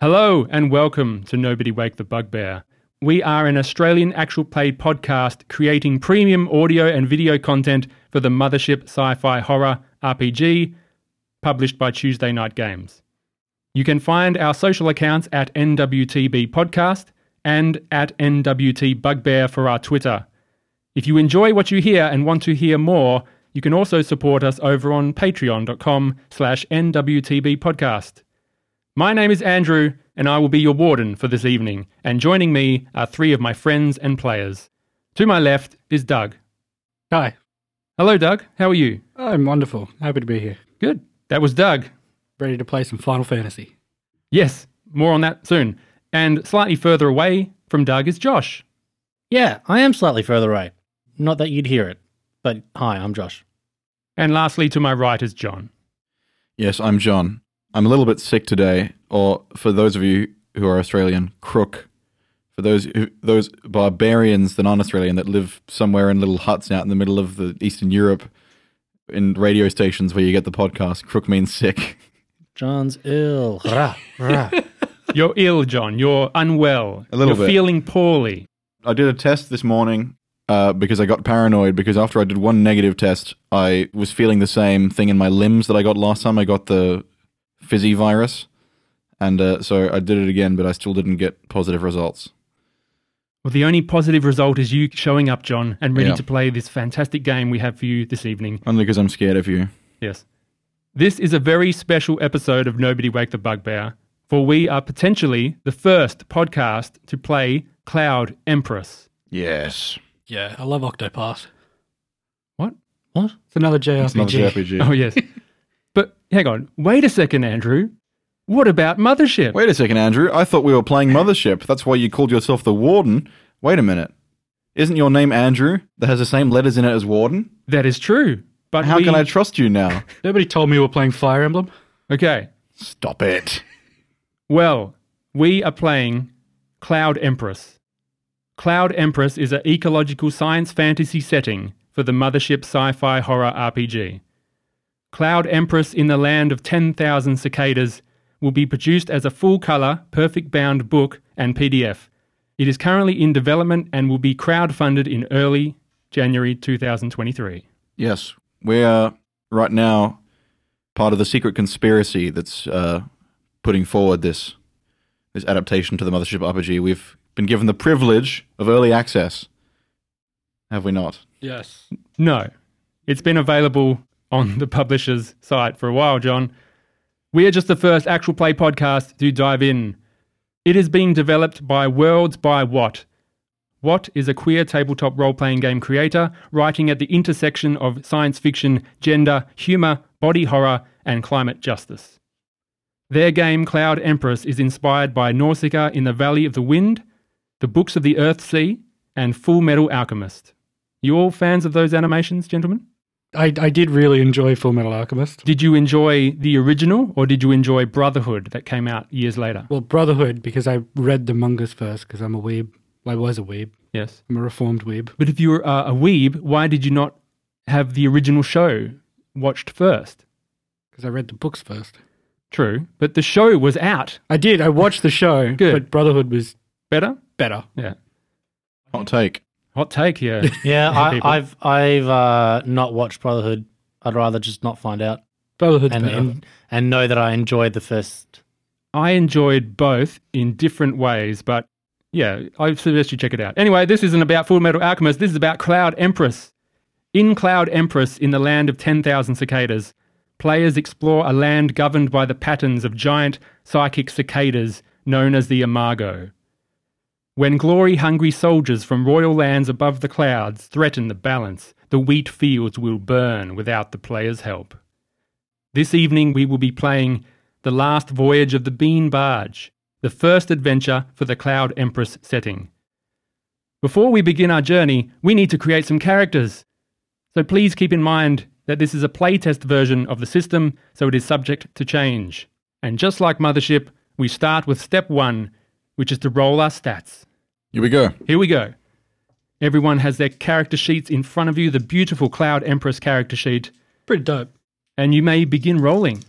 Hello and welcome to Nobody Wake the Bugbear. We are an Australian actual play podcast creating premium audio and video content for the mothership sci fi horror RPG, published by Tuesday Night Games. You can find our social accounts at NWTB Podcast and at NWT Bugbear for our Twitter. If you enjoy what you hear and want to hear more, you can also support us over on patreon.com slash NWTB Podcast. My name is Andrew, and I will be your warden for this evening, and joining me are three of my friends and players. To my left is Doug. Hi, Hello, Doug. How are you? I'm wonderful. Happy to be here. Good. That was Doug. Ready to play some Final Fantasy. Yes, more on that soon. And slightly further away from Doug is Josh. Yeah, I am slightly further away. Not that you'd hear it, but hi, I'm Josh. And lastly, to my right is John. Yes, I'm John. I'm a little bit sick today, or for those of you who are Australian, crook. For those who, those barbarians, the non-Australian that live somewhere in little huts out in the middle of the Eastern Europe, in radio stations where you get the podcast, crook means sick. John's ill. Rah, rah. You're ill, John. You're unwell. A little You're bit. feeling poorly. I did a test this morning uh, because I got paranoid because after I did one negative test, I was feeling the same thing in my limbs that I got last time. I got the fizzy virus, and uh, so I did it again, but I still didn't get positive results. Well, the only positive result is you showing up, John, and ready Yeah. to play this fantastic game we have for you this evening. Only because I'm scared of you. Yes. This is a very special episode of Nobody Wake the Bugbear, for we are potentially the first podcast to play Cloud Empress. Yes. Yeah, I love Octopath. What? What? It's another JRPG. It's another JRPG. Oh, yes. but hang on. Wait a second, Andrew. What about Mothership? Wait a second, Andrew. I thought we were playing Mothership. That's why you called yourself the Warden. Wait a minute. Isn't your name Andrew that has the same letters in it as Warden? That is true. But How we- can I trust you now? Nobody told me we were playing Fire Emblem. Okay. Stop it. Well, we are playing Cloud Empress. Cloud Empress is an ecological science fantasy setting for the mothership sci fi horror RPG. Cloud Empress in the Land of 10,000 Cicadas will be produced as a full color, perfect bound book and PDF. It is currently in development and will be crowdfunded in early January 2023. Yes, we are right now part of the secret conspiracy that's uh, putting forward this this adaptation to the Mothership RPG. We've been given the privilege of early access, have we not? Yes. No. It's been available on the publisher's site for a while, John. We are just the first actual play podcast to dive in. It is being developed by Worlds by What. What is a queer tabletop role playing game creator writing at the intersection of science fiction, gender, humour, body horror, and climate justice. Their game Cloud Empress is inspired by Nausicaa in the Valley of the Wind, the Books of the Earth Sea, and Full Metal Alchemist. You all fans of those animations, gentlemen? I, I did really enjoy Full Metal Alchemist. Did you enjoy the original or did you enjoy Brotherhood that came out years later? Well, Brotherhood, because I read the mangas first, because I'm a weeb. I was a weeb. Yes. I'm a reformed weeb. But if you were uh, a weeb, why did you not have the original show watched first? Because I read the books first. True, but the show was out. I did. I watched the show, Good. but Brotherhood was Better? better. Yeah. Hot take. Hot take here. Yeah, I, people. I've I've uh, not watched Brotherhood. I'd rather just not find out Brotherhood's and, better. and and know that I enjoyed the first. I enjoyed both in different ways, but yeah, I suggest you check it out. Anyway, this isn't about Full Metal Alchemist. This is about Cloud Empress. In Cloud Empress, in the land of 10,000 cicadas, players explore a land governed by the patterns of giant psychic cicadas known as the Imago. When glory hungry soldiers from royal lands above the clouds threaten the balance, the wheat fields will burn without the player's help. This evening we will be playing The Last Voyage of the Bean Barge, the first adventure for the Cloud Empress setting. Before we begin our journey, we need to create some characters. So please keep in mind that this is a playtest version of the system, so it is subject to change. And just like Mothership, we start with step one, which is to roll our stats. Here we go. Here we go. Everyone has their character sheets in front of you, the beautiful Cloud Empress character sheet, Pretty dope. and you may begin rolling.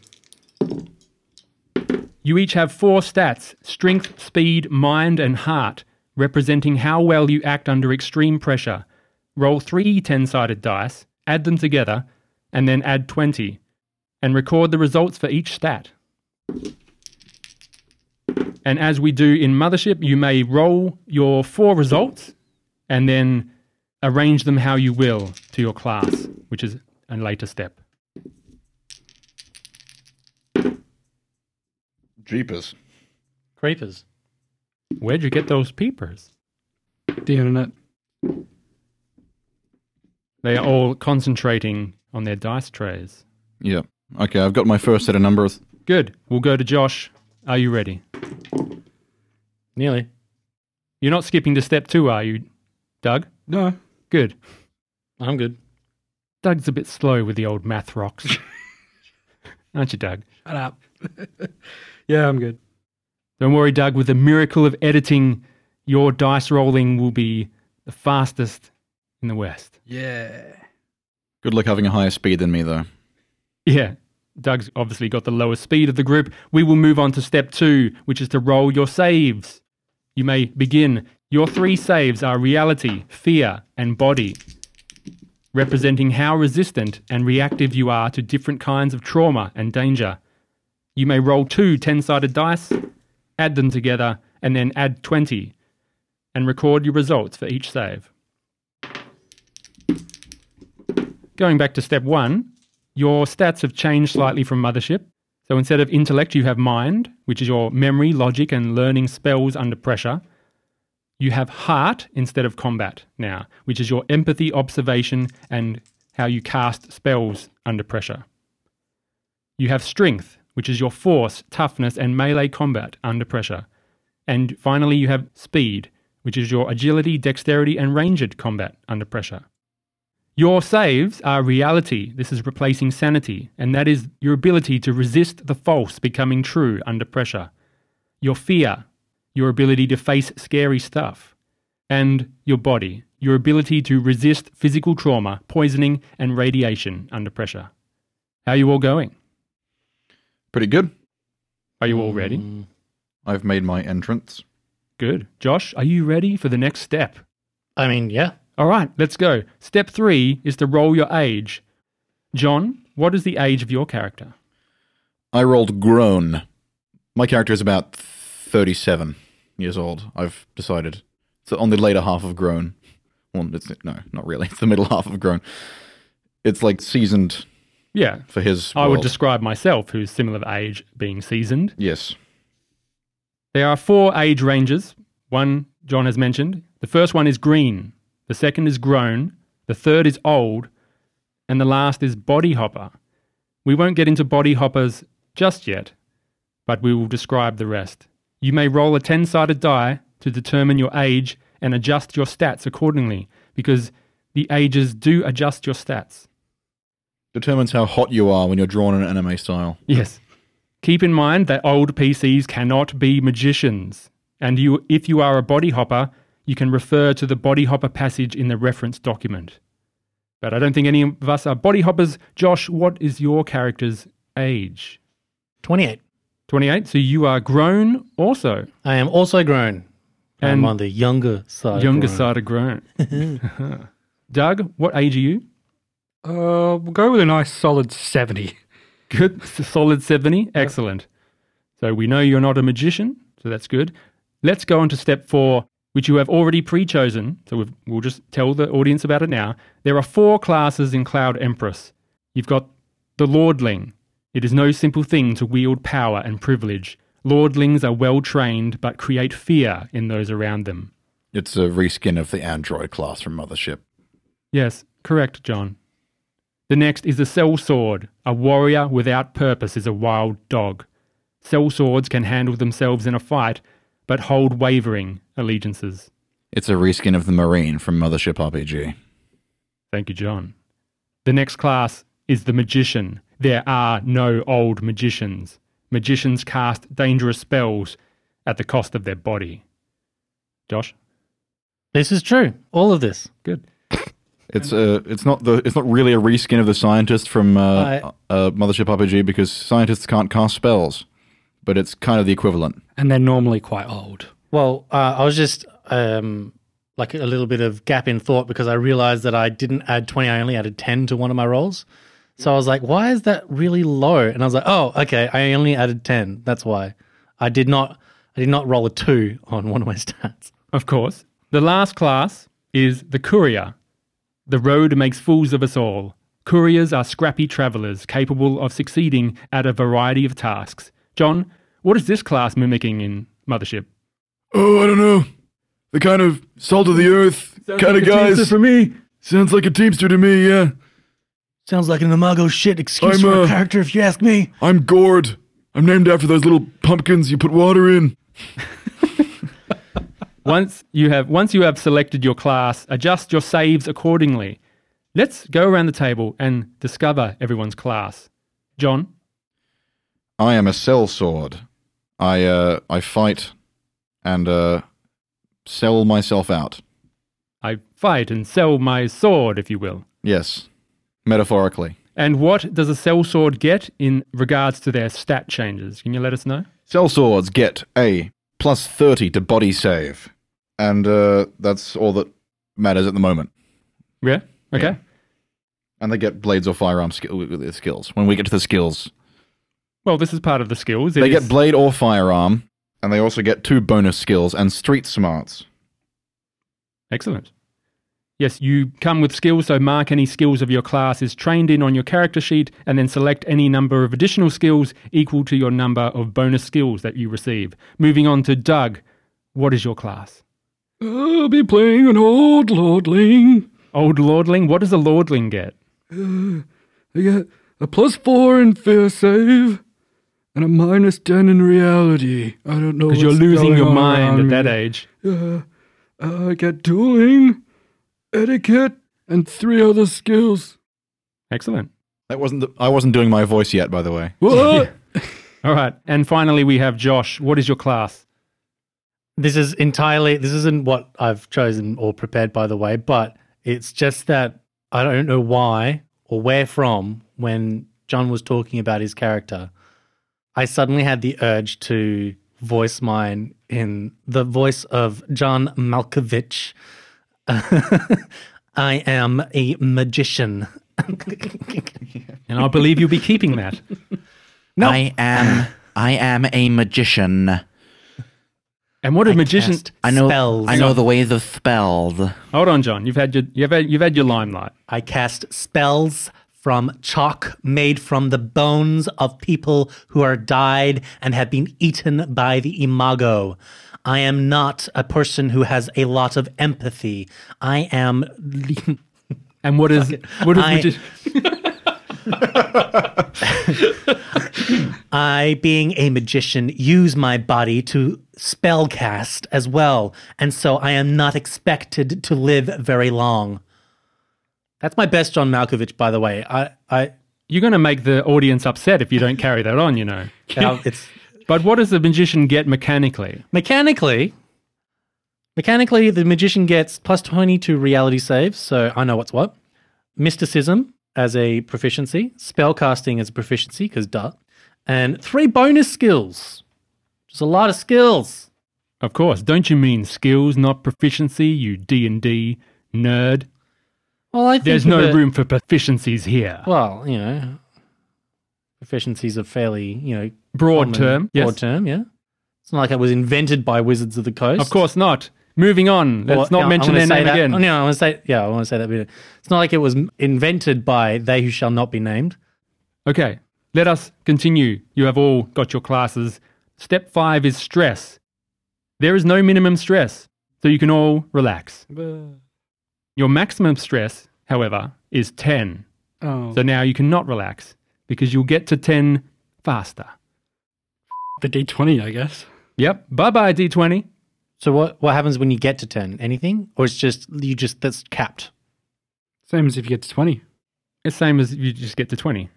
You each have four stats strength, speed, mind, and heart, representing how well you act under extreme pressure. Roll three 10 sided dice, add them together, and then add 20, and record the results for each stat. And as we do in Mothership, you may roll your four results and then arrange them how you will to your class, which is a later step. Jeepers. Creepers. Where'd you get those peepers? The internet. They are all concentrating on their dice trays. Yeah. Okay, I've got my first set of numbers. Good. We'll go to Josh. Are you ready? Nearly. You're not skipping to step two, are you, Doug? No. Good. I'm good. Doug's a bit slow with the old math rocks. Aren't you, Doug? Shut up. yeah, I'm good. Don't worry, Doug. With the miracle of editing, your dice rolling will be the fastest in the West. Yeah. Good luck having a higher speed than me, though. Yeah. Doug's obviously got the lowest speed of the group. We will move on to step two, which is to roll your saves. You may begin. Your three saves are reality, fear, and body, representing how resistant and reactive you are to different kinds of trauma and danger. You may roll two 10 sided dice, add them together, and then add 20, and record your results for each save. Going back to step one, your stats have changed slightly from Mothership. So instead of intellect, you have mind, which is your memory, logic, and learning spells under pressure. You have heart instead of combat now, which is your empathy, observation, and how you cast spells under pressure. You have strength, which is your force, toughness, and melee combat under pressure. And finally, you have speed, which is your agility, dexterity, and ranged combat under pressure. Your saves are reality. This is replacing sanity, and that is your ability to resist the false becoming true under pressure. Your fear, your ability to face scary stuff. And your body, your ability to resist physical trauma, poisoning, and radiation under pressure. How are you all going? Pretty good. Are you all ready? I've made my entrance. Good. Josh, are you ready for the next step? I mean, yeah. All right, let's go. Step three is to roll your age. John, what is the age of your character? I rolled grown. My character is about 37 years old, I've decided. So on the later half of grown. Well, it's, no, not really. It's the middle half of grown. It's like seasoned Yeah, for his. I would world. describe myself, who's similar age, being seasoned. Yes. There are four age ranges. One John has mentioned. The first one is green. The second is grown. The third is old. And the last is body hopper. We won't get into body hoppers just yet, but we will describe the rest. You may roll a 10 sided die to determine your age and adjust your stats accordingly, because the ages do adjust your stats. Determines how hot you are when you're drawn in anime style. Yes. Keep in mind that old PCs cannot be magicians, and you, if you are a body hopper, you can refer to the body hopper passage in the reference document. But I don't think any of us are body hoppers. Josh, what is your character's age? 28. 28. So you are grown also. I am also grown. And- I'm on the younger side. of Younger grown. side of grown. Doug, what age are you? Uh, we'll go with a nice solid 70. Good. S- Solid 70. Excellent. So we know you're not a magician, so that's good. Let's go on to step four, which you have already pre chosen. So we've, we'll just tell the audience about it now. There are four classes in Cloud Empress. You've got the Lordling. It is no simple thing to wield power and privilege. Lordlings are well trained but create fear in those around them. It's a reskin of the android class from Mothership. Yes, correct, John. The next is a cell sword. A warrior without purpose is a wild dog. Cell swords can handle themselves in a fight, but hold wavering allegiances. It's a reskin of the marine from Mothership RPG. Thank you, John. The next class is the magician. There are no old magicians. Magicians cast dangerous spells at the cost of their body. Josh? This is true. All of this. Good. It's uh, it's not the it's not really a reskin of the scientist from uh, I- uh, Mothership RPG because scientists can't cast spells, but it's kind of the equivalent. and they're normally quite old. Well, uh, I was just um, like a little bit of gap in thought because I realized that I didn't add 20, I only added 10 to one of my rolls. So I was like, why is that really low? And I was like, oh, okay, I only added 10. That's why. I did not I did not roll a 2 on one of my stats. Of course. The last class is the courier. The road makes fools of us all. Couriers are scrappy travellers capable of succeeding at a variety of tasks. John, what is this class mimicking in Mothership? Oh, I don't know. The kind of salt of the earth kind of guys. for me. Sounds like a teamster to me, yeah. Sounds like an Imago shit excuse I'm, for uh, a character if you ask me. I'm gourd. I'm named after those little pumpkins you put water in. Once you have once you have selected your class, adjust your saves accordingly. Let's go around the table and discover everyone's class. John, I am a sellsword. I uh, I fight and uh, sell myself out. I fight and sell my sword, if you will. Yes, metaphorically. And what does a sellsword get in regards to their stat changes? Can you let us know? Sellswords get a plus thirty to body save, and uh, that's all that matters at the moment. Yeah. Okay. Yeah. And they get blades or firearm skill with their skills. When we get to the skills, Well, this is part of the skills. It they is- get blade or firearm, and they also get two bonus skills and street smarts. Excellent. Yes, you come with skills, so mark any skills of your class is trained in on your character sheet, and then select any number of additional skills equal to your number of bonus skills that you receive. Moving on to Doug, what is your class? I'll be playing an old lordling. Old Lordling, what does a Lordling get? Oh, I get a plus four in fear save and a minus ten in reality. I don't know. Because you're losing your mind at that age. Uh, I get dueling, etiquette, and three other skills. Excellent. That wasn't. The, I wasn't doing my voice yet, by the way. What? All right. And finally, we have Josh. What is your class? This is entirely this isn't what I've chosen or prepared by the way, but it's just that I don't know why or where from when John was talking about his character, I suddenly had the urge to voice mine in the voice of John Malkovich. I am a magician. And I believe you'll be keeping that. I am I am a magician. And what a magician. cast I know spells. I know the ways of spells. Hold on, John. You've had your you've had, you've had your limelight. I cast spells from chalk made from the bones of people who are died and have been eaten by the imago. I am not a person who has a lot of empathy. I am. And what is what is I- magi- I, being a magician, use my body to spell cast as well. And so I am not expected to live very long. That's my best John Malkovich, by the way. I, I, you're going to make the audience upset if you don't carry that on, you know. it's But what does the magician get mechanically? Mechanically, mechanically, the magician gets plus 20 to reality saves, so I know what's what. Mysticism as a proficiency, spellcasting as a proficiency, because duh. And three bonus skills. Just a lot of skills. Of course, don't you mean skills, not proficiency? You D and D nerd. Well, I think There's of no it- room for proficiencies here. Well, you know, proficiencies are fairly, you know, Broad common- term, yes. Broad term, yeah. It's not like it was invented by Wizards of the Coast. Of course not. Moving on. Let's Well, not no, mention I wanna their say name that- again. oh, No, I want to say, yeah, I want to say that. Bit. It's not like it was invented by they who shall not be named. Okay, let us continue. You have all got your classes. Step five is stress. There is no minimum stress, so you can all relax. Your maximum stress, however, is 10. oh, So now you cannot relax because you'll get to 10 faster. the D20, I guess. Yep. Bye bye, D20. So what what happens when you get to ten? Anything, or it's just you just that's capped. Same as if you get to 20. It's same as you just get to 20.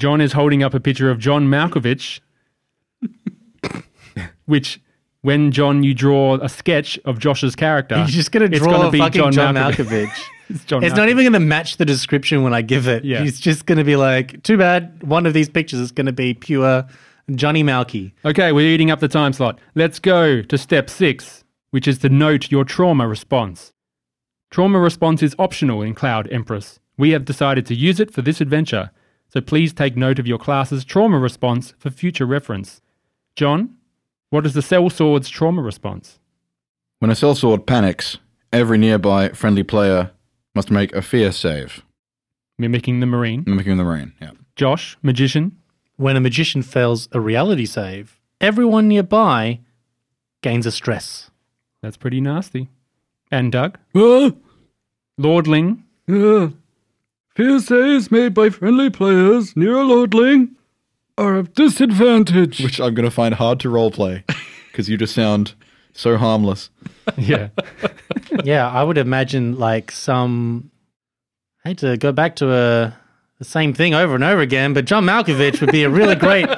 John is holding up a picture of John Malkovich, which, when John, you draw a sketch of Josh's character, You're just gonna it's draw gonna a be fucking John, Malkovich. Malkovich. It's John it's Malkovich. not even gonna match the description when I give it. Yeah. It's just gonna be like, too bad. One of these pictures is gonna be pure Johnny Malky. Okay, we're eating up the time slot. Let's go to step six, which is to note your trauma response. Trauma response is optional in Cloud Empress. We have decided to use it for this adventure, so please take note of your class's trauma response for future reference. John, what is the Cell Sword's trauma response? When a cell sword panics, every nearby friendly player must make a fear save. Mimicking the Marine. Mimicking the rain. Yeah. Josh, Magician. When a magician fails a reality save, everyone nearby gains a stress. That's pretty nasty. And Doug. Ah, Lordling. ah. Fear saves made by friendly players near a lordling are of disadvantage. Which I'm going to find hard to roleplay because you just sound so harmless. Yeah. yeah, I would imagine like some. I hate to go back to a, the same thing over and over again, but John Malkovich would be a really great,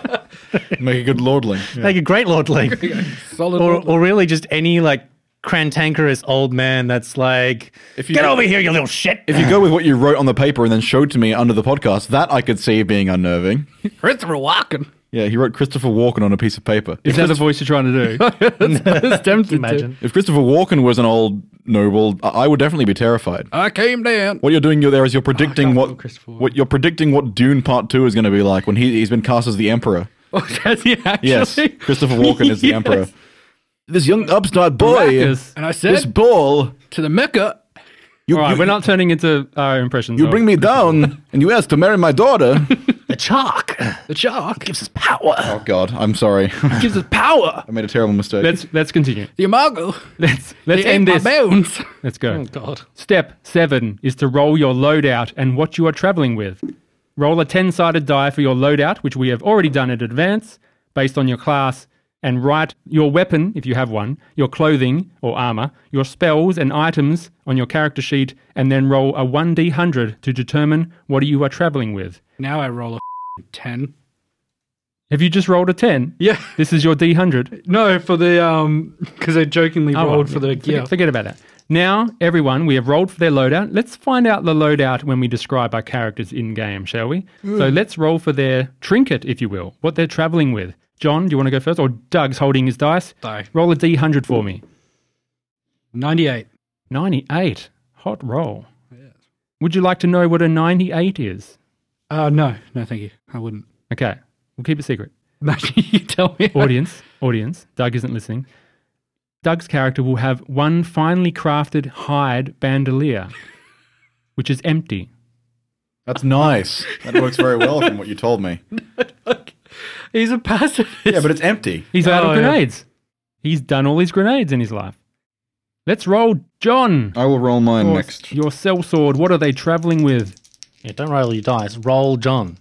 Make a good lordling. like a great lordling. Solid or, or really just any like crantankerous old man that's like, If you get go- over here, you little shit. If you go with what you wrote on the paper and then showed to me under the podcast, that I could see being unnerving. Christopher Walken. Yeah, he wrote Christopher Walken on a piece of paper. Is that the voice you're trying to do? Tempted Imagine. If Christopher Walken was an old noble, I I would definitely be terrified. I came down. What you're doing you're there is you're predicting God, oh, what Christopher Walken. what you're predicting what Dune Part Two is going to be like when he he's been cast as the Emperor. Oh, that's he actually. Yes, Christopher Walken is the Yes. Emperor. This young upstart boy, Marcus. And I said this ball, to the Mecca. you, All right, you, we're not turning into our impressions. you of- bring me down and you ask to marry my daughter. The chalk The shark gives us oh God, I'm sorry, I gives us power. made a terrible mistake. Let's let's continue. The imago. Let's let's They end ate this. Oh my bones. Let's go. God. Step seven is to roll your loadout and what you are traveling with. Roll a 10 sided die for your loadout, which we have already done in advance, based on your class, and write your weapon, if you have one, your clothing or armor, your spells and items on your character sheet, and then roll a 1d100 to determine what you are traveling with. Now I roll a f***ing ten. Have you just rolled a 10? Yeah. This is your d100. No, for the um, because I jokingly Oh, well, rolled for the forget, gear. forget about that. Now, everyone, we have rolled for their loadout. Let's find out the loadout when we describe our characters in game, shall we? So Mm. let's roll for their trinket, if you will, what they're traveling with. John, do you want to go first? Or Doug's holding his dice. Die. Roll a d100 for me. Ninety-eight. 98. Hot roll. Would you like to know what a 98 is? Uh, no, no, thank you. I wouldn't. Okay, we'll keep it secret. you tell me. audience, audience, Doug isn't listening. Doug's character will have one finely crafted hide bandolier, which is empty. That's nice. that works very well from what you told me. He's a pacifist. Yeah, but it's empty. He's out Oh, of yeah. grenades. He's done all his grenades in his life. Let's roll, John. I will roll mine Your- Oh, next. Your cell sword. What are they traveling with? Yeah, don't roll your dice. Roll John.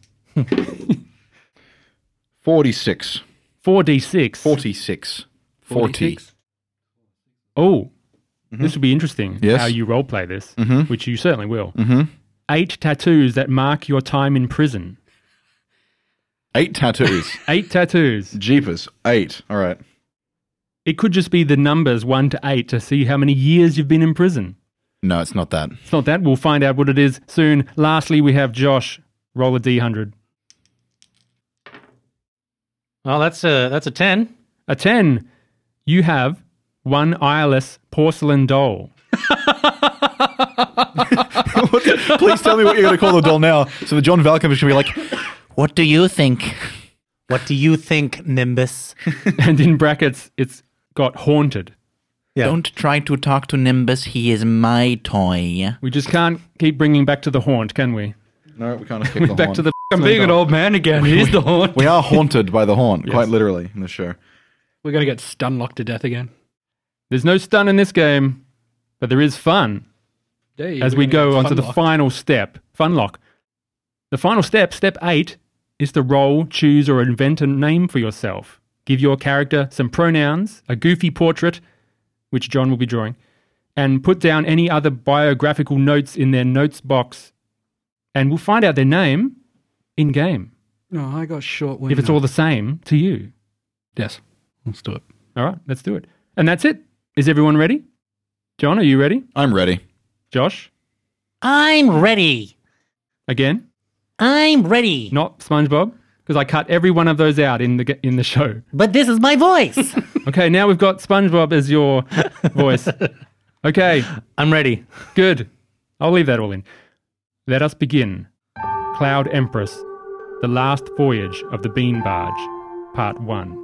Forty-six. Four d six. Forty-six. Forty. Oh, this will be interesting. Mm-hmm. Yes. How you role play this, Mhm. which you certainly will. Mm-hmm. Eight tattoos that mark your time in prison. Eight tattoos. Eight tattoos. Jeepers. Eight. All right. It could just be the numbers one to eight to see how many years you've been in prison. No, it's not that. It's not that. We'll find out what it is soon. Lastly, we have Josh. Roll a d100. Well, that's a that's a ten. A 10. You have one eyeless porcelain doll. Please tell me what you're going to call the doll now. So the John Valcombe is going to be like, What do you think? What do you think, Nimbus? and in brackets, it's got haunted. Yeah. Don't try to talk to Nimbus. He is my toy. We just can't keep bringing back to the haunt, can we? no, we can't escape the Back haunt. to the I'm being an old man again. He's the horn. we are haunted by the haunt, quite literally, in the show. We're gonna get stun locked to death again. There's no stun in this game, but there is fun. Hey, as we're we gonna go get on to fun the locked. final step, fun lock. The final step, step eight, is to roll, choose, or invent a name for yourself. Give your character some pronouns, a goofy portrait, which John will be drawing, and put down any other biographical notes in their notes box, and we'll find out their name in game No, I got short wind. if it's all the same to you. yes, let's do it. All right, let's do it. And that's it. Is everyone ready? John, are you ready? I'm ready. Josh, I'm ready. again, I'm ready. not SpongeBob. because I cut every one of those out in the ge- in the show. But this is my voice. Okay, now we've got SpongeBob as your voice. Okay, I'm ready. good. I'll leave that all in. Let us begin. Cloud Empress, the last voyage of the Bean Barge, Part One.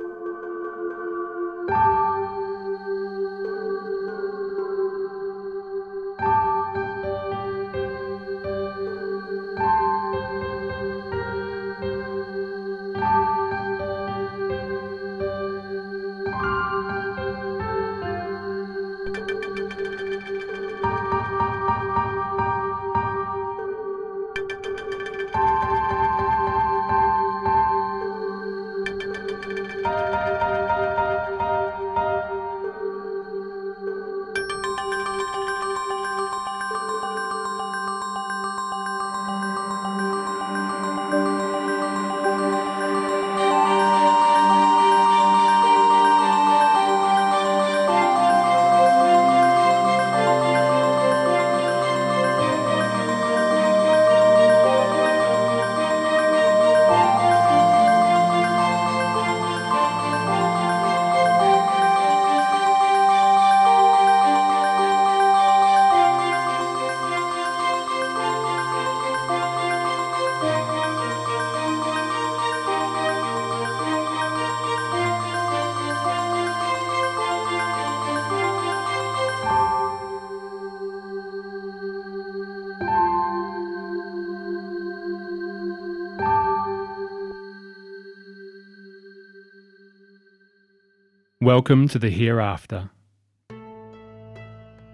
Welcome to the hereafter.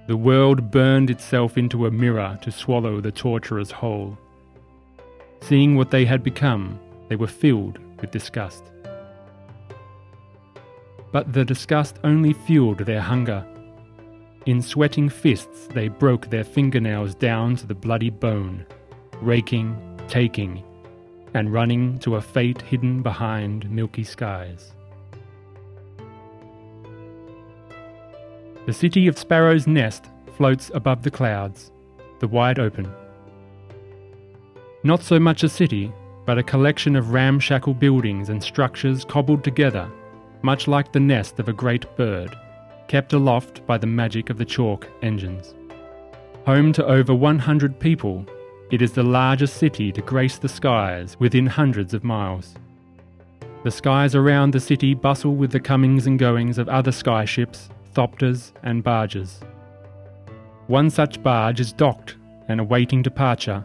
The world burned itself into a mirror to swallow the torturers whole. Seeing what they had become, they were filled with disgust. But the disgust only fueled their hunger. In sweating fists, they broke their fingernails down to the bloody bone, raking, taking, and running to a fate hidden behind milky skies. The city of Sparrow's Nest floats above the clouds, the wide open. Not so much a city, but a collection of ramshackle buildings and structures cobbled together, much like the nest of a great bird, kept aloft by the magic of the chalk engines. Home to over 100 people, it is the largest city to grace the skies within hundreds of miles. The skies around the city bustle with the comings and goings of other skyships, thopters, and barges. One such barge is docked and awaiting departure,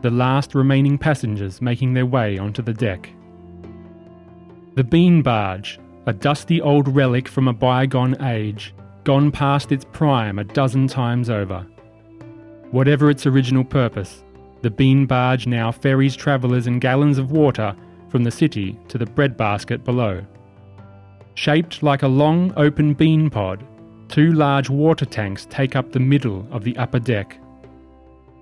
the last remaining passengers making their way onto the deck. The bean barge, a dusty old relic from a bygone age, gone past its prime a dozen times over. Whatever its original purpose, the bean barge now ferries travellers and gallons of water from the city to the breadbasket below. Shaped like a long open bean pod, two large water tanks take up the middle of the upper deck.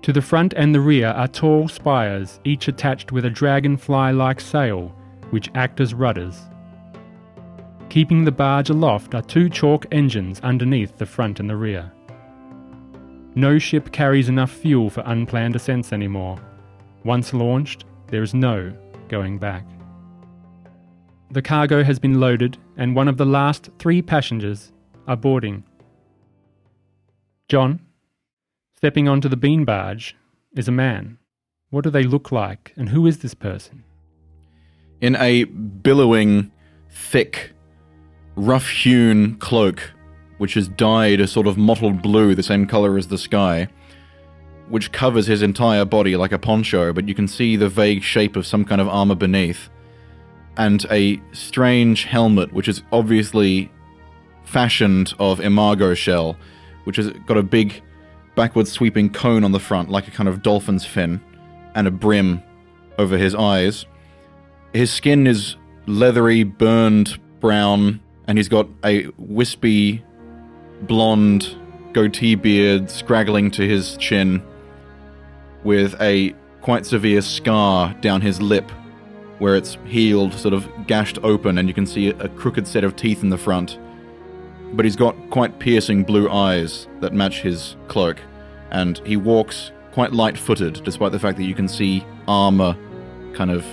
To the front and the rear are tall spires, each attached with a dragonfly like sail, which act as rudders. Keeping the barge aloft are two chalk engines underneath the front and the rear. No ship carries enough fuel for unplanned ascents anymore. Once launched, there is no going back. The cargo has been loaded, and one of the last three passengers are boarding. John, stepping onto the bean barge, is a man. What do they look like, and who is this person? in a billowing, thick, rough hewn cloak, which is dyed a sort of mottled blue, the same color as the sky, which covers his entire body like a poncho, but you can see the vague shape of some kind of armor beneath, and a strange helmet, which is obviously fashioned of imago shell, which has got a big backward sweeping cone on the front, like a kind of dolphin's fin, and a brim over his eyes his skin is leathery, burned brown, and he's got a wispy, blonde goatee beard scraggling to his chin, with a quite severe scar down his lip, where it's healed, sort of gashed open, and you can see a crooked set of teeth in the front. But he's got quite piercing blue eyes that match his cloak, and he walks quite light footed, despite the fact that you can see armor kind of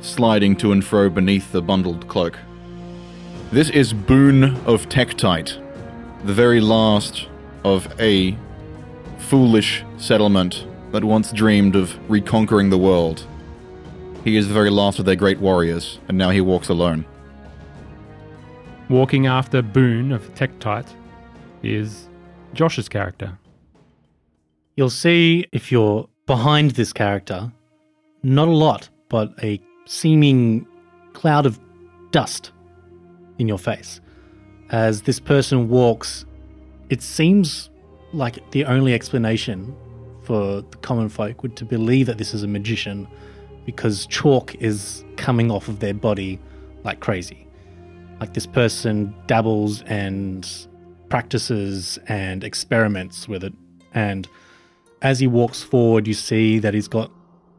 sliding to and fro beneath the bundled cloak. This is Boon of Tektite, the very last of a foolish settlement that once dreamed of reconquering the world. He is the very last of their great warriors, and now he walks alone. Walking after Boone of Tektite is Josh's character. You'll see if you're behind this character, not a lot, but a seeming cloud of dust in your face. As this person walks, it seems like the only explanation for the common folk would to believe that this is a magician because chalk is coming off of their body like crazy. Like this person dabbles and practices and experiments with it. And as he walks forward, you see that he's got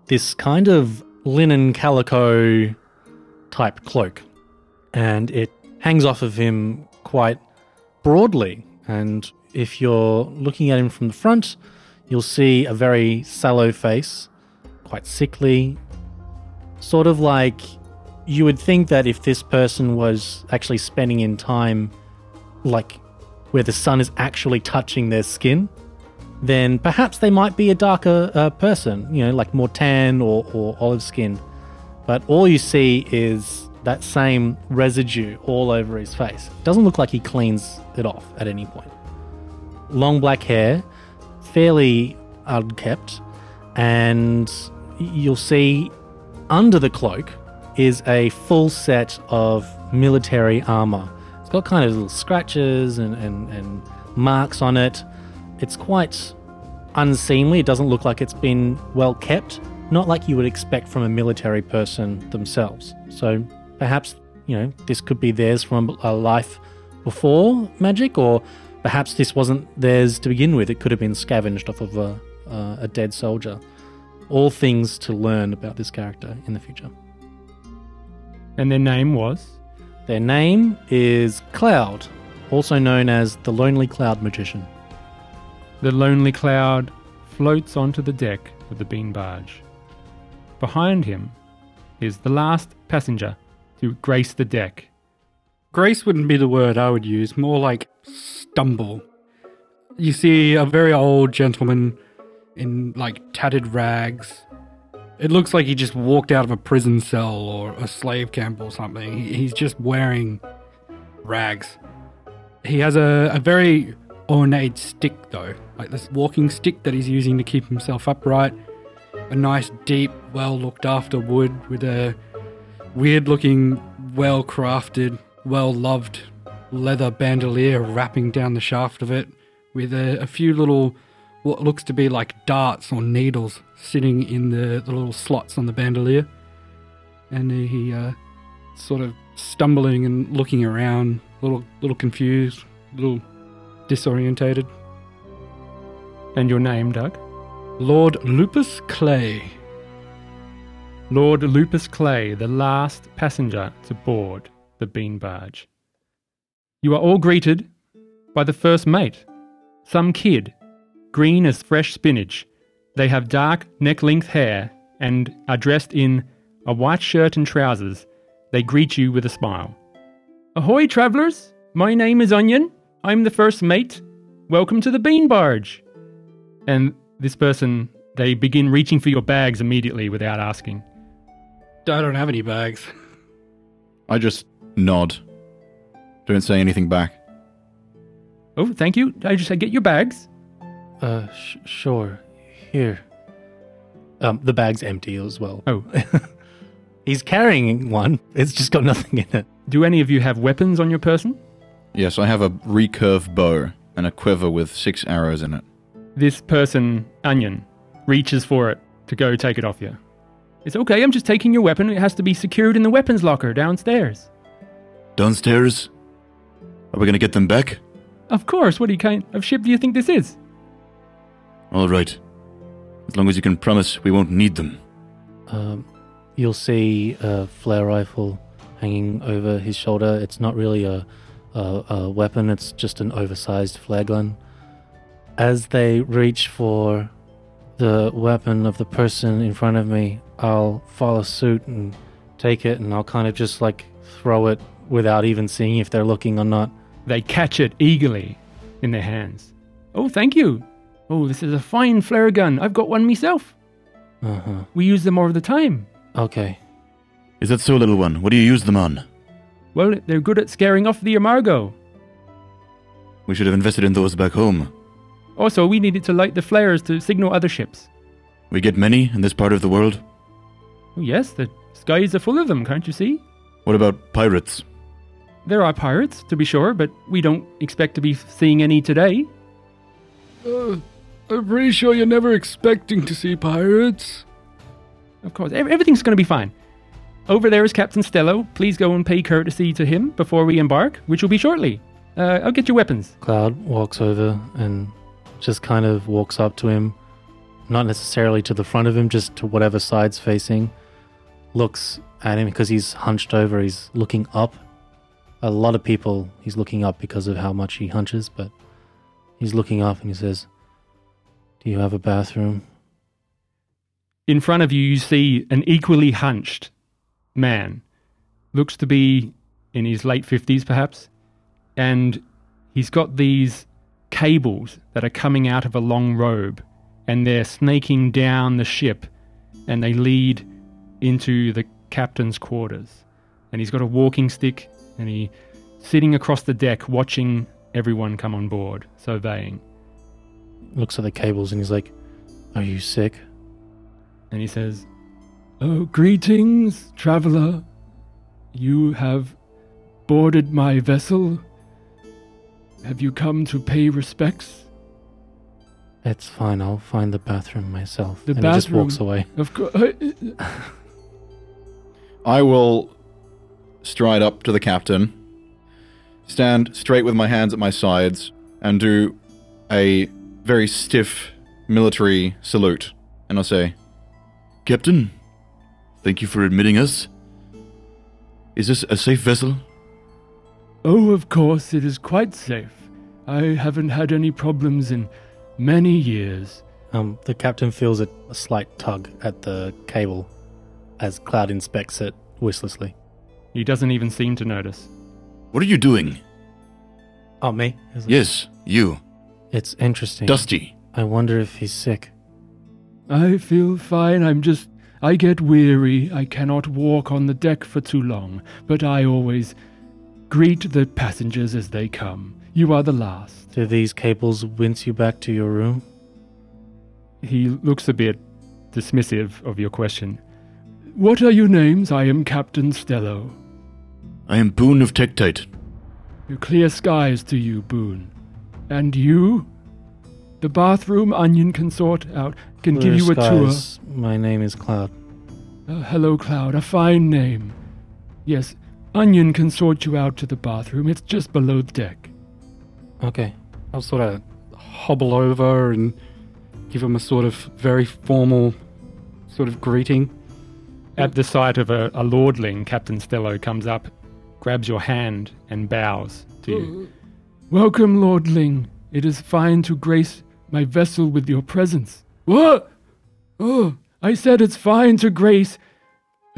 this kind of linen calico type cloak, and it hangs off of him quite broadly. And if you're looking at him from the front, you'll see a very sallow face, quite sickly, sort of like you would think that if this person was actually spending in time like where the sun is actually touching their skin then perhaps they might be a darker uh, person, you know, like more tan or, or olive skin. But all you see is that same residue all over his face. Doesn't look like he cleans it off at any point. Long black hair, fairly unkept, and you'll see under the cloak is a full set of military armor. It's got kind of little scratches and, and, and marks on it. It's quite unseemly. It doesn't look like it's been well kept. Not like you would expect from a military person themselves. So perhaps, you know, this could be theirs from a life before magic, or perhaps this wasn't theirs to begin with. It could have been scavenged off of a, uh, a dead soldier. All things to learn about this character in the future. And their name was? Their name is Cloud, also known as the Lonely Cloud Magician. The lonely cloud floats onto the deck of the bean barge. Behind him is the last passenger to grace the deck. Grace wouldn't be the word I would use, more like stumble. You see a very old gentleman in like tattered rags. It looks like he just walked out of a prison cell or a slave camp or something. He- He's just wearing rags. He has a, a very ornate stick though, like this walking stick that he's using to keep himself upright. A nice, deep, well looked after wood with a weird looking, well crafted, well loved leather bandolier wrapping down the shaft of it with a, a few little, what looks to be like darts or needles sitting in the, the little slots on the bandolier. And he uh, sort of stumbling and looking around, little, little confused, little disorientated. And your name, Doug? Lord Lupus Clay. Lord Lupus Clay, the last passenger to board the bean barge. You are all greeted by the first mate, some kid, green as fresh spinach. They have dark neck length hair and are dressed in a white shirt and trousers. They greet you with a smile. Ahoy, travellers! My name is Onion. I'm the first mate. Welcome to the bean barge. And this person, they begin reaching for your bags immediately without asking. I don't have any bags. I just nod. Don't say anything back. Oh, thank you. I just said, get your bags. Uh, sh- sure. Here. Um, the bag's empty as well. Oh, He's carrying one. It's just got nothing in it. do any of you have weapons on your person? Yes, I have a recurve bow and a quiver with six arrows in it. This person, Onion, reaches for it to go take it off you. It's okay, I'm just taking your weapon. It has to be secured in the weapons locker downstairs. Downstairs? Are we going to get them back? Of course, what kind of ship do you think this is? All right. As long as you can promise we won't need them. Um, you'll see a flare rifle hanging over his shoulder. It's not really a, a, a weapon, it's just an oversized flare gun. As they reach for the weapon of the person in front of me, I'll follow suit and take it and I'll kind of just like throw it without even seeing if they're looking or not. They catch it eagerly in their hands. Oh, thank you. Oh, this is a fine flare gun. I've got one myself. Uh huh. We use them all the time. Okay. Is that so, little one? What do you use them on? Well, they're good at scaring off the Amargo. We should have invested in those back home. Also, we needed to light the flares to signal other ships. We get many in this part of the world. Oh, yes, the skies are full of them, can't you see? What about pirates? There are pirates, to be sure, but we don't expect to be seeing any today. I'm pretty sure you're never expecting to see pirates. Of course, ev- everything's going to be fine. Over there is Captain Stello. Please go and pay courtesy to him before we embark, which will be shortly. Uh, I'll get your weapons. Cloud walks over and just kind of walks up to him, not necessarily to the front of him, just to whatever side's facing. Looks at him because he's hunched over, he's looking up. A lot of people, he's looking up because of how much he hunches, but he's looking up and he says, Do you have a bathroom? In front of you, you see an equally hunched man. Looks to be in his late 50s, perhaps. And he's got these cables that are coming out of a long robe and they're snaking down the ship and they lead into the captain's quarters. And he's got a walking stick and he sitting across the deck watching everyone come on board, surveying. Looks at the cables and he's like, Are you sick? And he says, Oh, greetings, traveler. You have boarded my vessel. Have you come to pay respects? It's fine, I'll find the bathroom myself. The and he just walks bathroom- away. Of uh, course. I will stride up to the captain, stand straight with my hands at my sides, and do a very stiff military salute. And I'll say, Captain, thank you for admitting us. Is this a safe vessel? Oh, of course, it is quite safe. I haven't had any problems in many years. Um, the captain feels a, a slight tug at the cable as Cloud inspects it wistlessly. He doesn't even seem to notice. What are you doing? Oh, me? Is it- Yes, you, It's interesting. Dusty. I wonder if he's sick. I feel fine. I'm just. I get weary. I cannot walk on the deck for too long, but I always greet the passengers as they come. You are the last. Do these cables wince you back to your room? He looks a bit dismissive of your question. What are your names? I am Captain Stello. I am Boone of Tektite. Clear skies to you, Boone. And you? The bathroom onion can sort out, can give you a skies. My name is Cloud. tour. Uh, hello, Cloud, a fine name. Yes, onion can sort you out to the bathroom. It's just below the deck. Okay. I'll sort of hobble over and give him a sort of very formal sort of greeting. At the sight of a, a lordling, Captain Stello comes up, grabs your hand, and bows to you. Welcome, lordling. It is fine to grace my vessel with your presence. What? Oh, I said it's fine to grace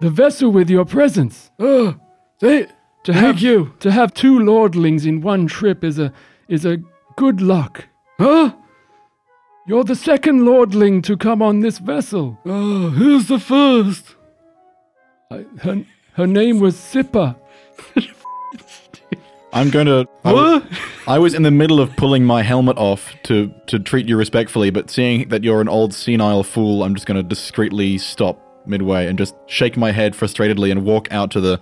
the vessel with your presence. Oh, to have, you. To have two lordlings in one trip is a is a good luck. Huh? You're the second lordling to come on this vessel. Oh, who's the first? I, her, her name was Sippa. I'm going to. I wa- I was in the middle of pulling my helmet off to, to treat you respectfully, but seeing that you're an old senile fool, I'm just going to discreetly stop midway and just shake my head frustratedly and walk out to the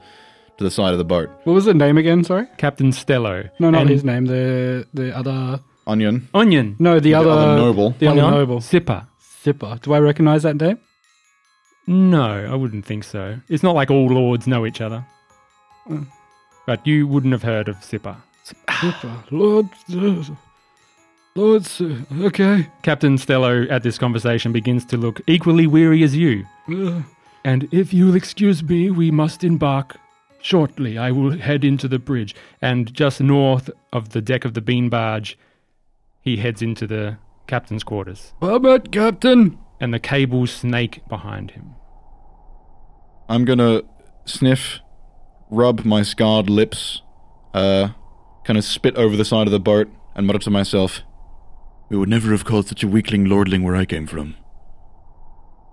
to the side of the boat. What was the name again? Sorry. Captain Stello. No, not And his name. The the other. Onion, Onion. No, the, other, other noble. The other Onion? noble. Sippa. Zipper. Do I recognize that name? No, I wouldn't think so. It's not like all lords know each other. Mm. But you wouldn't have heard of Sippa. Zipper. Lord. Lord. Sir. Okay. Captain Stello, at this conversation, begins to look equally weary as you. Ugh. And if you'll excuse me, we must embark shortly. I will head into the bridge. And just north of the deck of the bean barge, he heads into the captain's quarters. How about Captain? And the cables snake behind him. I'm gonna sniff, rub my scarred lips, uh, kind of spit over the side of the boat, and mutter to myself, We would never have called such a weakling lordling where I came from.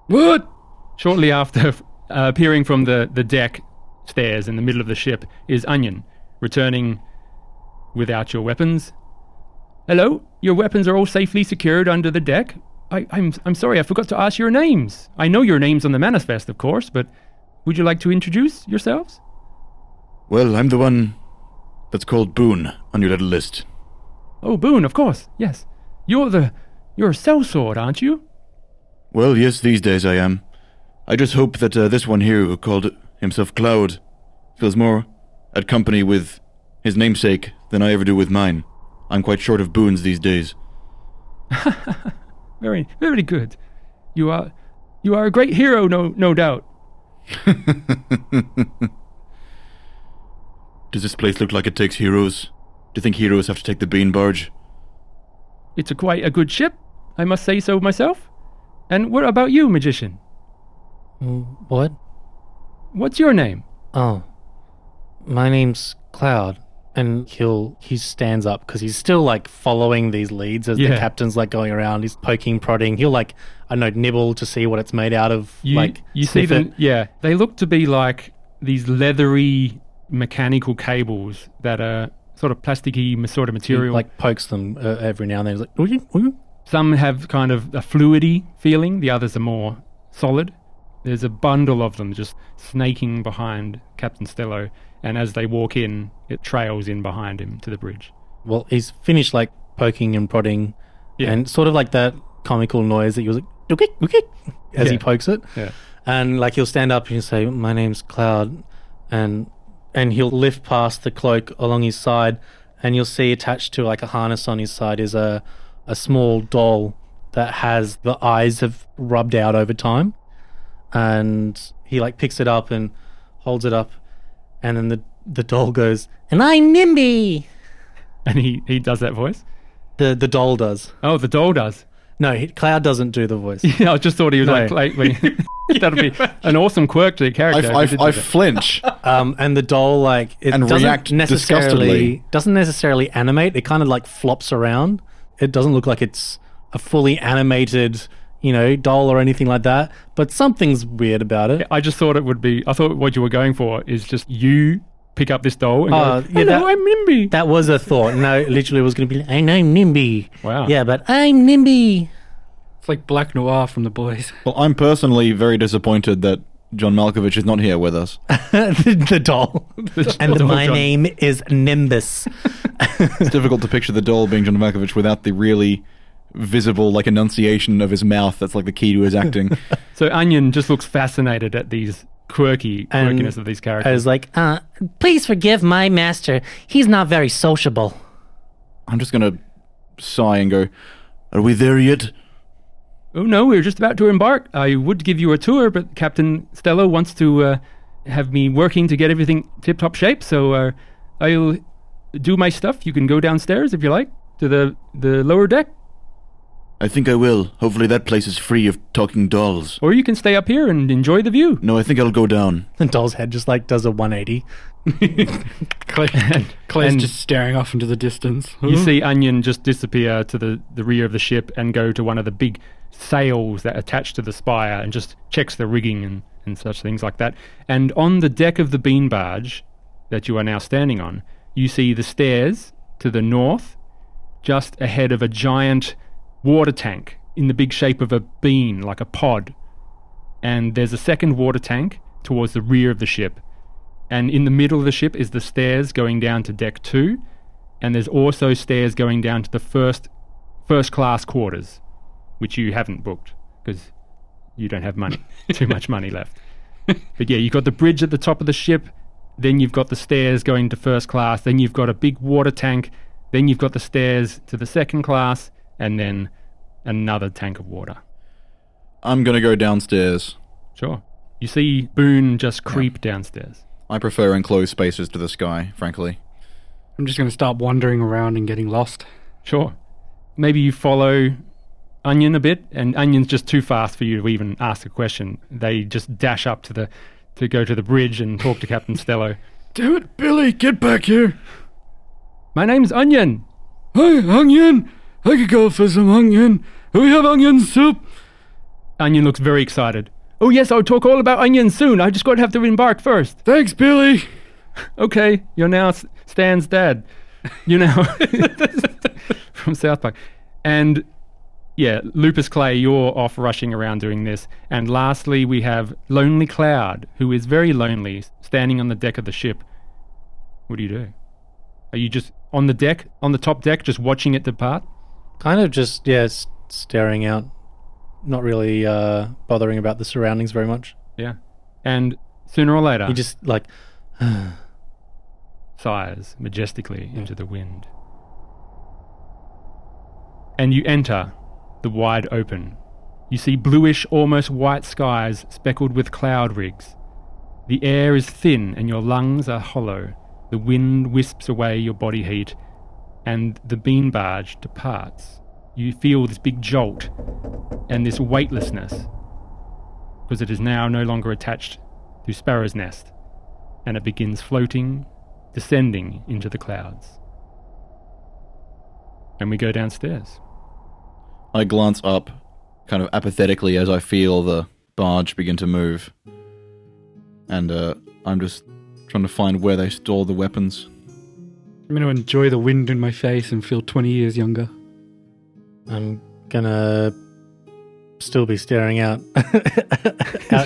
What? Shortly after uh, appearing from the, the deck stairs in the middle of the ship is Onion, returning without your weapons. Hello, your weapons are all safely secured under the deck. I, I'm, I'm sorry, I forgot to ask your names. I know your names on the manifest, of course, but would you like to introduce yourselves? Well, I'm the one that's called Boone on your little list. Oh, Boone, of course, yes. You're the. You're a sellsword, aren't you? Well, yes, these days I am. I just hope that uh, this one here, who called himself Cloud, feels more at company with his namesake than I ever do with mine. I'm quite short of boons these days. Very, very good. You are. You are a great hero, no, no doubt. Does this place look like it takes heroes? Do you think heroes have to take the bean barge? It's a quite a good ship, I must say so myself. And what about you, magician? Mm, What? What's your name? Oh, my name's Cloud, and he'll he stands up because he's still like following these leads as Yeah. the captain's like going around. He's poking, prodding. He'll like I don't know nibble to see what it's made out of. You, like you see sniff them? it. Yeah, they look to be like these leathery mechanical cables that are sort of plasticky m- sort of He, material. like pokes them uh, every now and then. He's like, "Ooh, ooh." some have kind of a fluidy feeling, the others are more solid. There's a bundle of them just snaking behind Captain Stello, and as they walk in, it trails in behind him to the bridge. well, he's finished like poking and prodding, Yeah. and sort of like that comical noise that he was like, "Ookie, ookie," as he Yeah. pokes it. Yeah. and like he'll stand up and he'll say, "My name's Cloud," and and he'll lift past the cloak along his side, and you'll see attached to like a harness on his side is a a small doll that has the eyes have rubbed out over time, and he like picks it up and holds it up, and then the the doll goes, "And I'm Nimby." And he, he does that voice. The the doll does. Oh, the doll does. No, he, Cloud doesn't do the voice. Yeah, I just thought he was No. like, like when- that'd be an awesome quirk to the I, character. if I, he did I do that. flinch. um, and the doll like it And doesn't react necessarily disgustedly. doesn't necessarily animate. It kind of like flops around. It doesn't look like it's a fully animated, you know, doll or anything like that. But something's weird about it. I just thought it would be. I thought what you were going for is just you pick up this doll and Oh, go, yeah, "Hello, that- I'm Nimby." That was a thought. No, it literally was going to be. Like, I know Nimby. Wow. Yeah, but I'm Nimby. It's like Black Noir from the boys. well, I'm personally very disappointed that John Malkovich is not here with us. the, the doll. and doll, my John. name is Nimbus. It's difficult to picture the doll being John Malkovich without the really visible like enunciation of his mouth that's like the key to his acting. so Onion just looks fascinated at these quirky And quirkiness of these I characters. was like, uh, please forgive my master. He's not very sociable. I'm just gonna sigh and go, Are we there yet? oh no, we are just about to embark. I would give you a tour, but Captain Stello wants to uh, have me working to get everything tip-top shape. So uh, I'll do my stuff. You can go downstairs if you like to the the lower deck, I think I will. Hopefully that place is free of talking dolls. or you can stay up here and enjoy the view. No, I think I'll go down. And doll's head just like does a 180. Clay, Clay's and- just staring off into the distance. You see Onion just disappear to the, the rear of the ship and go to one of the big sails that attach to the spire and just checks the rigging and, and such things like that. And on the deck of the bean barge that you are now standing on, you see the stairs to the north, just ahead of a giant water tank in the big shape of a bean, like a pod. And there's a second water tank towards the rear of the ship. And in the middle of the ship is the stairs going down to deck two and there's also stairs going down to the first first class quarters, which you haven't booked because you don't have money, too much money left. But yeah, you've got the bridge at the top of the ship, then you've got the stairs going to first class, then you've got a big water tank, then you've got the stairs to the second class, and then another tank of water. I'm gonna go downstairs. Sure. You see Boone just creep downstairs. I prefer enclosed spaces to the sky, frankly. I'm just going to start wandering around and getting lost. Sure. Maybe you follow Onion a bit, and Onion's just too fast for you to even ask a question. They just dash up to the to go to the bridge and talk to Captain Stello. Damn it, Billy, get back here. My name's Onion. Hey, onion! I could go for some onion. Do we have onion soup? Onion looks very excited. Oh, yes, I'll talk all about Onion soon. I just got to have to embark first. Thanks, Billy. okay, you're now S- Stan's dad. You know, from South Park. And yeah, Lupus Clay, you're off rushing around doing this. And lastly, we have Lonely Cloud, who is very lonely, standing on the deck of the ship. What do you do? Are you just on the deck, on the top deck, just watching it depart? Kind of just, yeah, s- staring out, not really uh, bothering about the surroundings very much. Yeah. And sooner or later, He just, like, sighs majestically into the wind. And you enter the wide open. You see bluish, almost white skies speckled with cloud rigs. The air is thin and your lungs are hollow. The wind wisps away your body heat, and the bean barge departs. You feel this big jolt and this weightlessness because it is now no longer attached to Sparrow's Nest, and it begins floating descending into the clouds. And we go downstairs. I glance up, kind of apathetically, as I feel the barge begin to move. And uh, I'm just trying to find where they store the weapons. I'm going to enjoy the wind in my face and feel 20 years younger. I'm gonna still be staring out out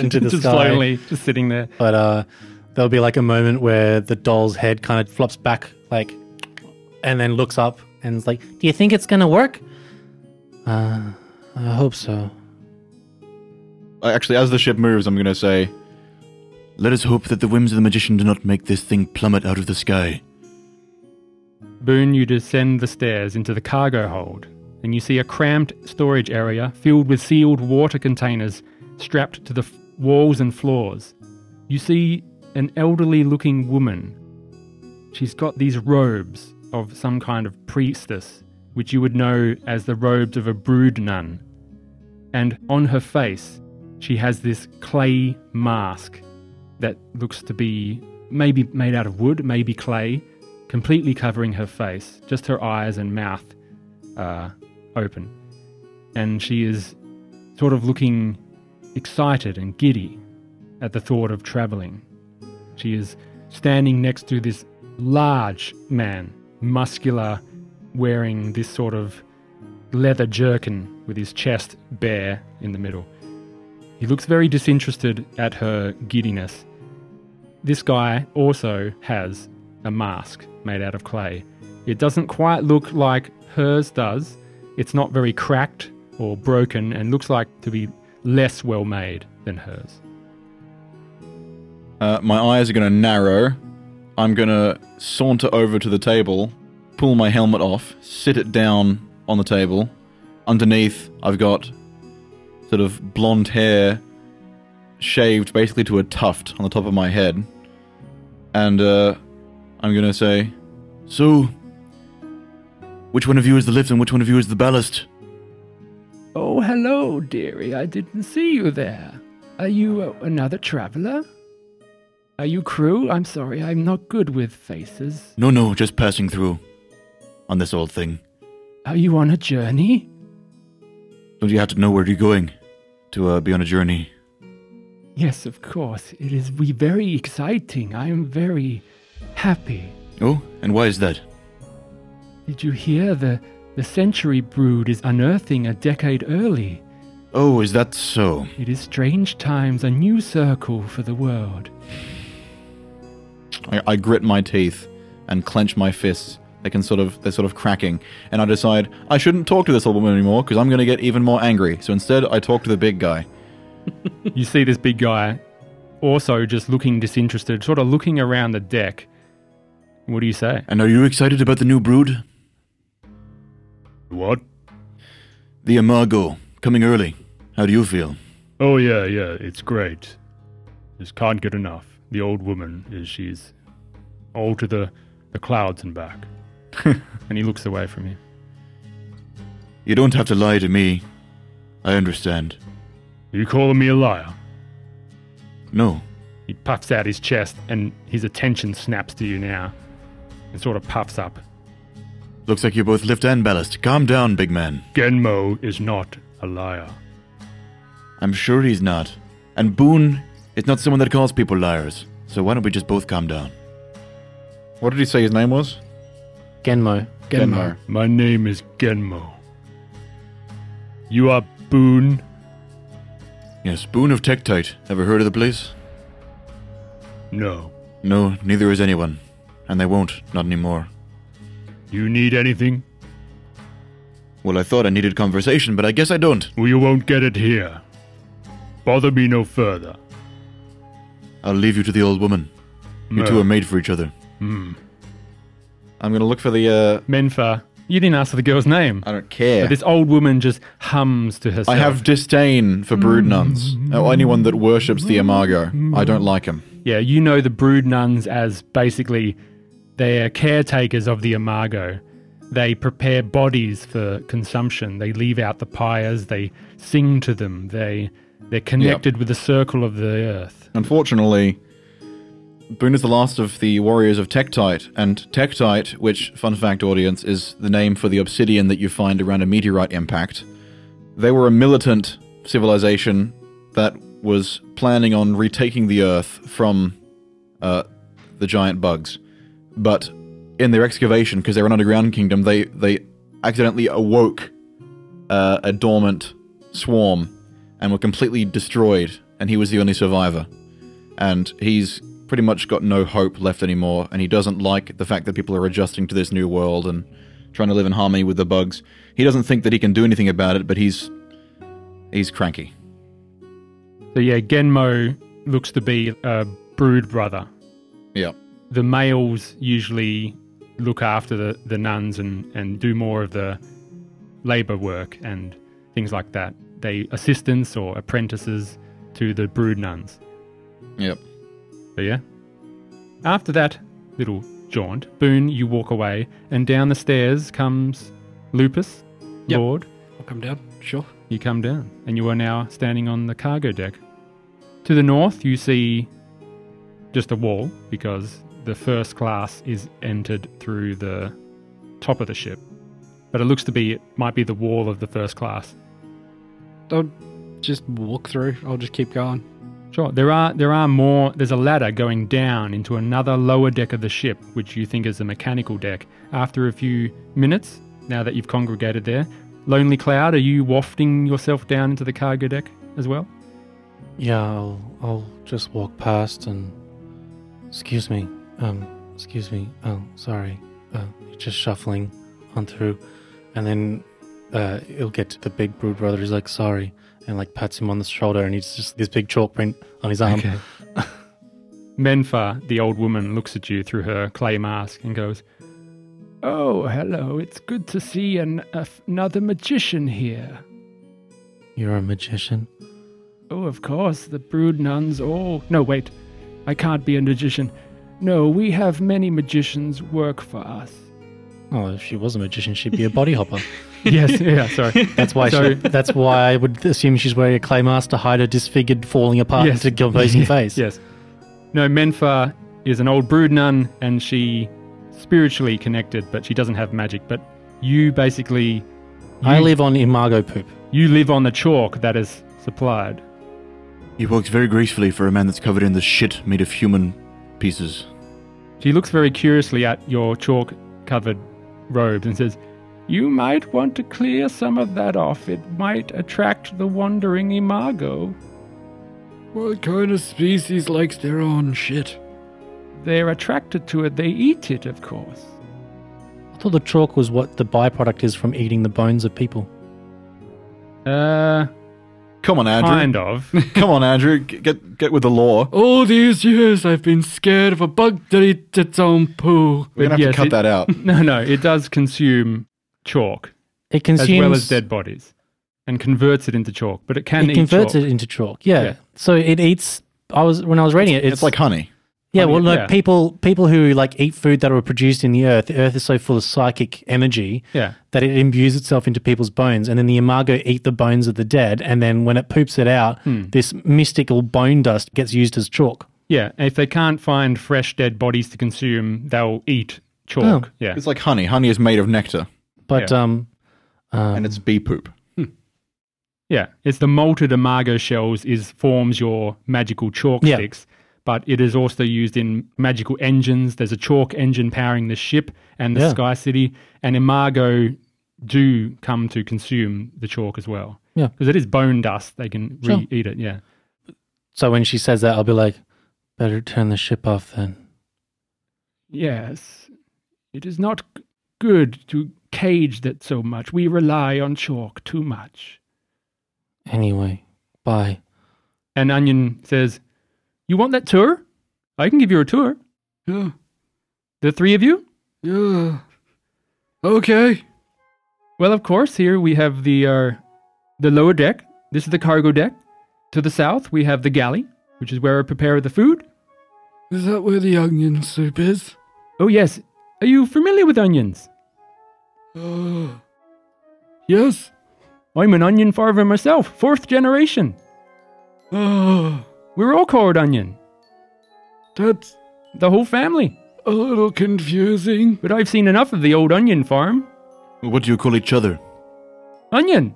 into the just sky. lonely, just sitting there. But uh, there'll be like a moment where the doll's head kind of flops back, like, and then looks up and is like, "Do you think it's gonna work?" Uh, I hope so. Uh, Actually, as the ship moves, I'm going to say, Let us hope that the whims of the magician do not make this thing plummet out of the sky. Boone, you descend the stairs into the cargo hold, and you see a cramped storage area filled with sealed water containers strapped to the f- walls and floors. You see an elderly looking woman. She's got these robes of some kind of priestess, which you would know as the robes of a brood nun. And on her face, she has this clay mask that looks to be maybe made out of wood, maybe clay, completely covering her face, just her eyes and mouth uh, open. And she is sort of looking excited and giddy at the thought of traveling. She is standing next to this large man, muscular, wearing this sort of leather jerkin with his chest bare in the middle. He looks very disinterested at her giddiness. This guy also has a mask made out of clay. It doesn't quite look like hers does. It's not very cracked or broken and looks like to be less well made than hers. uh, my eyes are going to narrow. I'm going to saunter over to the table, pull my helmet off, sit it down on the table. Underneath, I've got sort of blonde hair shaved basically to a tuft on the top of my head. And uh, I'm going to say, So, which one of you is the lift and which one of you is the ballast? Oh, hello, dearie. I didn't see you there. Are you uh, another traveler? Are you crew? I'm sorry, I'm not good with faces. No, no, just passing through on this old thing. Are you on a journey? Don't you have to know where you're going to uh, be on a journey? Yes, of course. It is we very exciting. I am very happy. Oh, and why is that? Did you hear the the century brood is unearthing a decade early? Oh, is that so? It is strange times, a new circle for the world. I, I grit my teeth and clench my fists. They can sort of they're sort of cracking, and I decide I shouldn't talk to this old woman anymore because I'm going to get even more angry. So instead, I talk to the big guy. you see this big guy also just looking disinterested, sort of looking around the deck. What do you say? And are you excited about the new brood? What? The Imago, coming early. How do you feel? Oh yeah, yeah, it's great. Just can't get enough. The old woman is she's all to the the clouds and back. And he looks away from you. You don't have to lie to me. I understand. Are you calling me a liar? No, He puffs out his chest, and his attention snaps to you now and sort of puffs up. Looks like you're both lift and ballast. Calm down, big man. Genmo is not a liar. I'm sure he's not. And Boone is not someone that calls people liars. So why don't we just both calm down? What did he say his name was? Genmo. Genmo. My name is Genmo. You are Boone. Yes, Boone of Tektite. Ever heard of the place? No. No, neither has anyone. And they won't, not anymore. You need anything? Well, I thought I needed conversation, but I guess I don't. Well, you won't get it here. Bother me no further. I'll leave you to the old woman. You No. two are made for each other. Hmm. I'm going to look for the. Uh, Menfa, you didn't ask for the girl's name. I don't care. This old woman just hums to herself. Uh, I have disdain for brood nuns Oh, or anyone that worships the Imago. I don't like him. Yeah, you know the brood nuns as basically they're caretakers of the imago. They prepare bodies for consumption. They leave out the pyres. They sing to them. They they're connected with the circle of the earth. Unfortunately, Boone is the last of the warriors of Tektite, and Tektite, which, fun fact audience, is the name for the obsidian that you find around a meteorite impact. They were a militant civilization that was planning on retaking the earth from uh, the giant bugs. But in their excavation, because they're an underground kingdom, they, they accidentally awoke uh, a dormant swarm and were completely destroyed, and he was the only survivor. And he's pretty much got no hope left anymore, and he doesn't like the fact that people are adjusting to this new world and trying to live in harmony with the bugs. He doesn't think that he can do anything about it, but he's he's cranky. So yeah, Genmo looks to be a brood brother. Yeah. The males usually look after the, the nuns and, and do more of the labor work and things like that. They assistants or apprentices to the brood nuns. Yep. But yeah. After that little jaunt, Boone, you walk away, and down the stairs comes Lupus, Yep. Lord. I'll come down. Sure. You come down, and you are now standing on the cargo deck. To the north, you see just a wall because the first class is entered through the top of the ship. But it looks to be, it might be the wall of the first class. I'll just walk through. I'll just keep going. Sure. There are there are more. There's a ladder going down into another lower deck of the ship, which you think is the mechanical deck. After a few minutes, now that you've congregated there, Lonely Cloud, are you wafting yourself down into the cargo deck as well? Yeah, I'll, I'll just walk past and. Excuse me. Um, excuse me. Oh, sorry. Uh, just shuffling on through. And then uh, he'll get to the big brood brother. He's like, sorry. And like pats him on the shoulder and he's just this big chalk print on his arm. Menfa, the old woman, looks at you through her clay mask and goes, "Oh, hello! It's good to see an, another magician here." You're a magician. Oh, of course, the brood nuns all. No, wait. I can't be a magician. No, we have many magicians work for us. Oh, if she was a magician, she'd be a body hopper. yes, yeah, sorry. That's why. So- She, that's why I would assume she's wearing a clay mask to hide her disfigured, falling apart Yes. into composing face. yes. No, Menfa is an old brood nun and she spiritually connected, but she doesn't have magic. But you basically I live on imago poop. you live on the chalk that is supplied. He walks very gracefully for a man that's covered in the shit made of human pieces. She looks very curiously at your chalk covered robes and says, You might want to clear some of that off. It might attract the wandering imago. What kind of species likes their own shit? They're attracted to it. They eat it, of course. I thought the chalk was what the byproduct is from eating the bones of people. Uh, Come on, Andrew. kind of. Come on, Andrew. G- Get get with the law. All these years I've been scared of a bug that eats its own poo. We're gonna have Yes, to cut it- that out. no, no. It does consume chalk It consumes as well as dead bodies, and converts it into chalk. But it can It eat converts chalk. it into chalk. Yeah. Yeah. So it eats. I was when I was reading it. It's, like honey. yeah. Well, like yeah. people people who like eat food that were produced in the earth. The earth is so full of psychic energy. Yeah. that it imbues itself into people's bones, and then the imago eat the bones of the dead, and then when it poops it out, this mystical bone dust gets used as chalk. Yeah, and if they can't find fresh dead bodies to consume, they'll eat chalk. Oh. Yeah. It's like honey. Honey is made of nectar, But um, um, and it's bee poop. Yeah, it's the malted imago shells is forms your magical chalk Yeah. sticks, but it is also used in magical engines. There's a chalk engine powering the ship and the Yeah. Sky City, and imago do come to consume the chalk as well. Yeah. because it is bone dust; they can Sure. re-eat it. Yeah, so when she says that, I'll be like, better turn the ship off then. yes, it is not g- good to cage that so much. We rely on chalk too much. Anyway, bye. And Onion says, You want that tour? I can give you a tour. Yeah. The three of you? Yeah. Okay. Well, of course, here we have the, uh, the lower deck. This is the cargo deck. To the south, we have the galley, which is where I prepare the food. Is that where the onion soup is? Oh, yes. Are you familiar with onions? Uh, yes. I'm an onion farmer myself, fourth generation. Uh, We're all called onion, that's the whole family. a little confusing. But I've seen enough of the old onion farm. What do you call each other? Onion!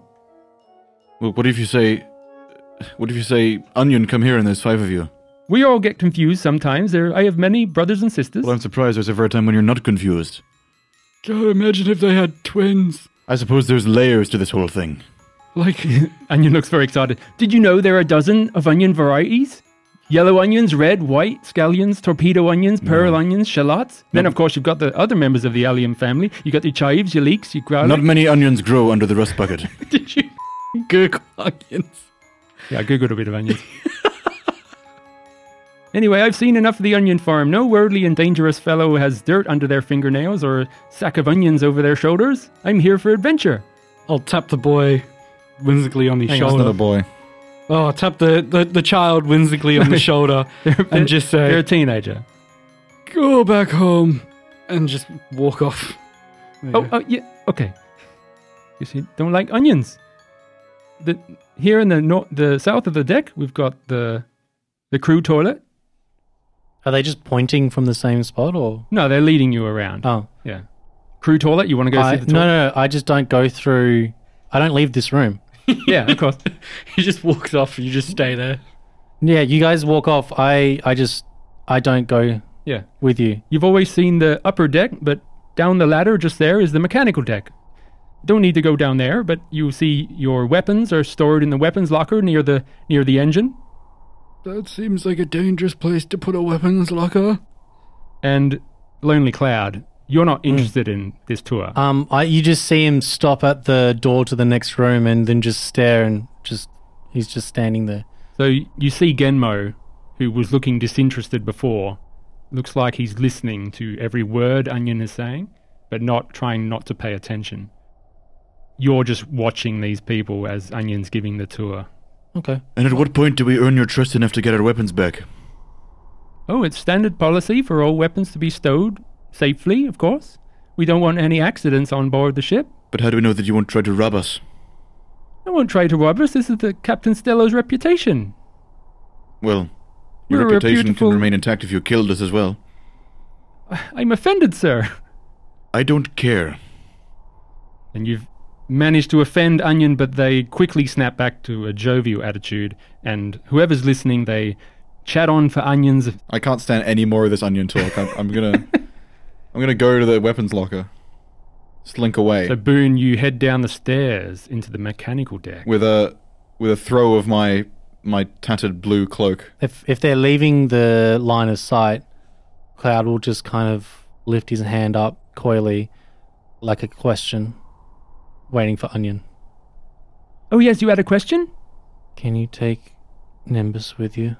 Well, what if you say, what if you say, Onion, come here, and there's five of you? We all get confused sometimes. There, I have many brothers and sisters. Well, I'm surprised there's ever a time when you're not confused. God, imagine if they had twins. I suppose there's layers to this whole thing. Like, Onion looks very excited. Did you know there are a dozen of onion varieties? Yellow onions, red, white, scallions, torpedo onions, pearl onions, shallots. Then, of course, you've got the other members of the allium family. you got your chives, your leeks, your garlic. Not many onions grow under the rust bucket. Did you? Google onions. Yeah, I googled a bit of onions. anyway, I've seen enough of the onion farm. No worldly and dangerous fellow has dirt under their fingernails or a sack of onions over their shoulders. I'm here for adventure. I'll tap the boy whimsically on his Hang on, It's not shoulder. a boy. Oh, I'll tap the, the, the child whimsically on the shoulder and just You're say, a teenager. go back home and just walk off. Oh, oh, yeah. Okay. You see, don't like onions. The here in the nor- the south of the deck, we've got the the crew toilet. Are they just pointing from the same spot or? No, they're leading you Ah. around. Oh, Yeah. Crew toilet. You want to go I, see no, the toilet? no, no. I just don't go through. I don't leave this room. Yeah, of course. he just walks off. You just stay there. Yeah, you guys walk off. I, I just, I don't go Yeah. with you. You've always seen the upper deck, but down the ladder, just there, is the mechanical deck. Don't need to go down there, but you see your weapons are stored in the weapons locker near the near the engine. That seems like a dangerous place to put a weapons locker. And Lonely Cloud, you're not interested in this tour. Um, I, you just see him stop at the door to the next room and then just stare and just, he's just standing there. So you see Genmo, who was looking disinterested before, looks like he's listening to every word Onion is saying, but not trying not to pay attention. You're just watching these people as Onion's giving the tour. Okay. and at what point do we earn your trust enough to get our weapons back? Oh, it's standard policy for all weapons to be stowed safely, of course. We don't want any accidents on board the ship. But how do we know that you won't try to rob us? I won't try to rob us. This is the Captain Stello's reputation. Well, your We're a reputation beautiful- can remain intact if you killed us as well. I'm offended, sir. I don't care. and you've managed to offend Onion, but they quickly snap back to a jovial attitude. And whoever's listening, they chat on for Onion's. I can't stand any more of this onion talk. I'm, I'm gonna, I'm gonna go to the weapons locker, slink away So Boone, you head down the stairs into the mechanical deck. with a, with a throw of my, my tattered blue cloak. If if they're leaving the line of sight, Cloud will just kind of lift his hand up coyly, like a question, waiting for Onion. Oh yes, you had a question. Can you take Nimbus with you?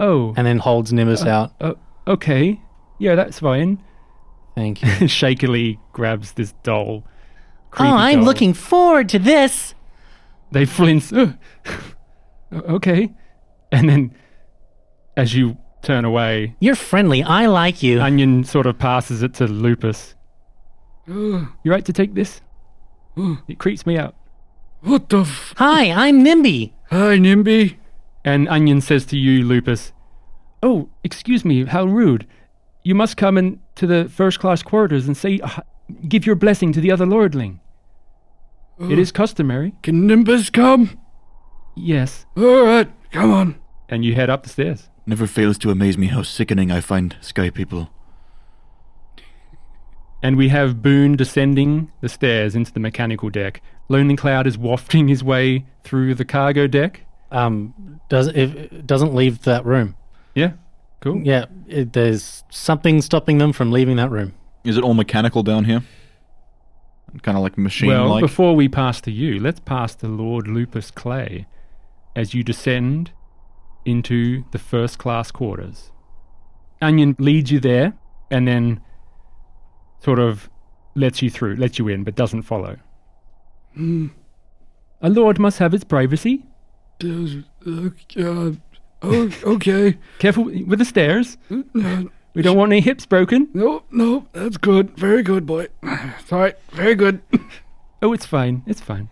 Oh, And then holds Nimbus out. oh, okay. Yeah, that's fine. Thank you. Shakily grabs this doll. Oh, creepy I'm doll. looking forward to this. They flinch. "Ugh." okay, and then as you turn away, You're friendly. I like you. Onion sort of passes it to Lupus. Ugh, You right to take this? Ooh. It creeps me out. what the f? Hi, I'm Nimby. Hi, Nimby. And Onion says to you, Lupus, Oh, excuse me, how rude. You must come in to the first class quarters and say, "Ah, give your blessing to the other lordling. It is customary. Can Nimbus come? Yes. All right, come on. And you head up the stairs. Never fails to amaze me how sickening I find sky people. And we have Boone descending the stairs into the mechanical deck. Lonely Cloud is wafting his way through the cargo deck. Um, does it doesn't leave that room? Yeah. Cool. Yeah, it, there's something stopping them from leaving that room. Is it all mechanical down here? Kind of like machine Well, like. before we pass to you, let's pass to Lord Lupus Clay as you descend into the first class quarters. Onion leads you there and then sort of lets you through, lets you in, but doesn't follow. A lord must have his privacy. Uh, oh, okay. Careful with the stairs. Uh, We don't want any hips broken. no, no, that's good. Very good, boy. Sorry, very good. Oh, it's fine. It's fine.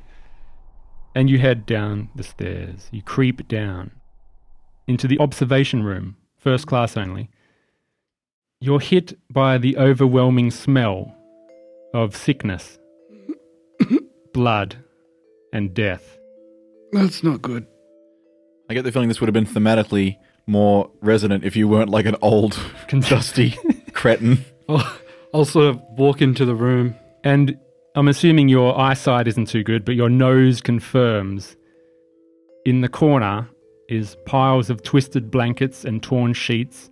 And you head down the stairs. You creep down into the observation room, first class only. You're hit by the overwhelming smell of sickness, blood, and death. That's not good. I get the feeling this would have been thematically more resonant if you weren't like an old, dusty cretin. I'll, I'll sort of walk into the room. And I'm assuming your eyesight isn't too good, but your nose confirms. In the corner is piles of twisted blankets and torn sheets